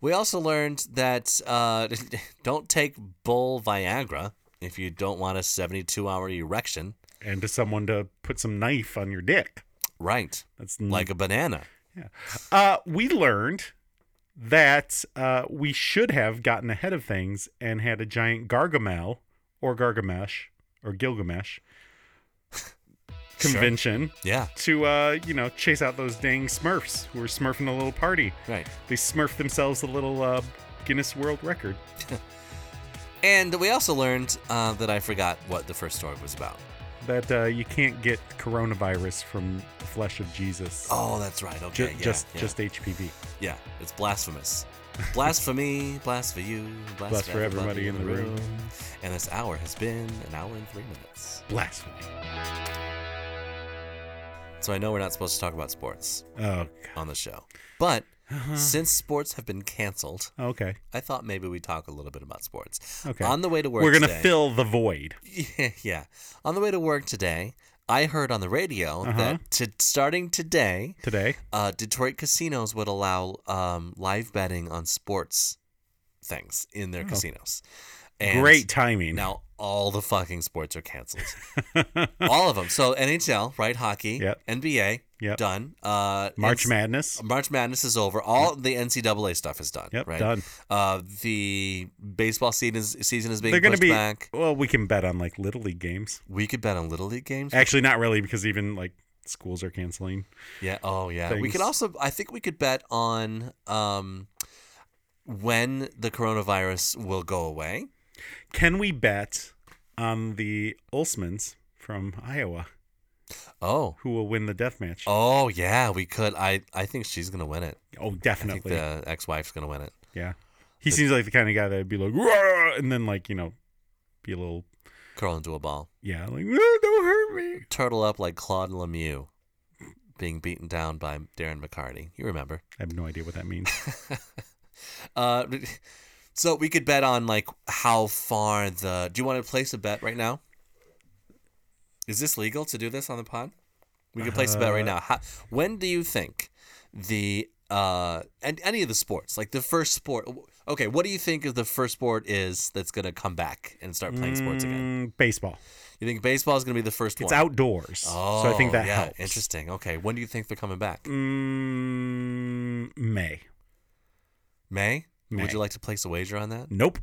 We also learned that uh, don't take bull Viagra if you don't want a 72 hour erection.
And to someone to put some knife on your dick.
Right.
That's
Like a banana.
uh, we learned that uh, we should have gotten ahead of things and had a giant Gargamel or Gargamesh or Gilgamesh convention
Yeah.
to uh, you know chase out those dang Smurfs who were smurfing a little party.
Right.
They smurfed themselves a little uh, Guinness World Record.
And we also learned uh, that I forgot what the first story was about.
that uh, you can't get coronavirus from the flesh of Jesus.
Oh, that's right.
Ju-
Okay. yeah,
just
yeah.
just HPV.
Yeah, it's blasphemous. Blasphemy, blast for you, blast,
Blast for everybody in the room.
And this hour has been an hour and three minutes.
Blasphemy.
So I know we're not supposed to talk about sports
Oh, God.
on the show, but
Uh-huh.
since sports have been canceled,
okay.
I thought maybe we'd talk a little bit about sports.
Okay.
On the way to work,
We're gonna
today-
fill the void.
Yeah, yeah. On the way to work today, I heard on the radio
Uh-huh.
that to, starting today,
Today,
uh, Detroit casinos would allow um, live betting on sports things in their casinos. And
Oh. Great timing.
Now all the fucking sports are canceled. all of them. So NHL, right? Hockey,
Yep.
NBA,
Yep.
done. Uh,
March
it's-
Madness.
March Madness is over. All the NCAA stuff is done.
Yep,
right?
done.
Uh, the baseball season is, season is being
They're going to
pushed
be
back.
well. We can bet on like little league games.
We could bet on little league games.
Actually, not really because even like schools are canceling.
Yeah. Oh, yeah. We could
things.
also. I think we could bet on um, when the coronavirus will go away.
Can we bet on the Olsmans from Iowa
Oh.
who will win the death match? Oh,
Oh yeah, we could. I I think she's gonna win it. I think
definitely.
the ex-wife's gonna win it.
yeah. He seems like the kind of guy that would be like, "Rah!" and then like, you know, be a little,
Curl into a ball.
yeah, like, "Ah, don't hurt me.
Turtle up like Claude Lemieux, being beaten down by Darren McCarty. You remember?
I have no idea what that means.
Uh, so we could bet on like how far the. Do you want to place a bet right now? Is this legal to do this on the pod? We could place a bet right
Uh,
now. How, when do you think the uh and any of the sports like the first sport? Okay, what do you think of the first sport is that's gonna come back and start playing sports again?
Mm, baseball.
You think baseball is gonna be the first
It's
one?
outdoors. so I think
Oh,
that
yeah,
helps.
Interesting. Okay, when do you think they're coming back?
Mm, May.
May?
Mm, May.
Would you like to place a wager on that?
Nope.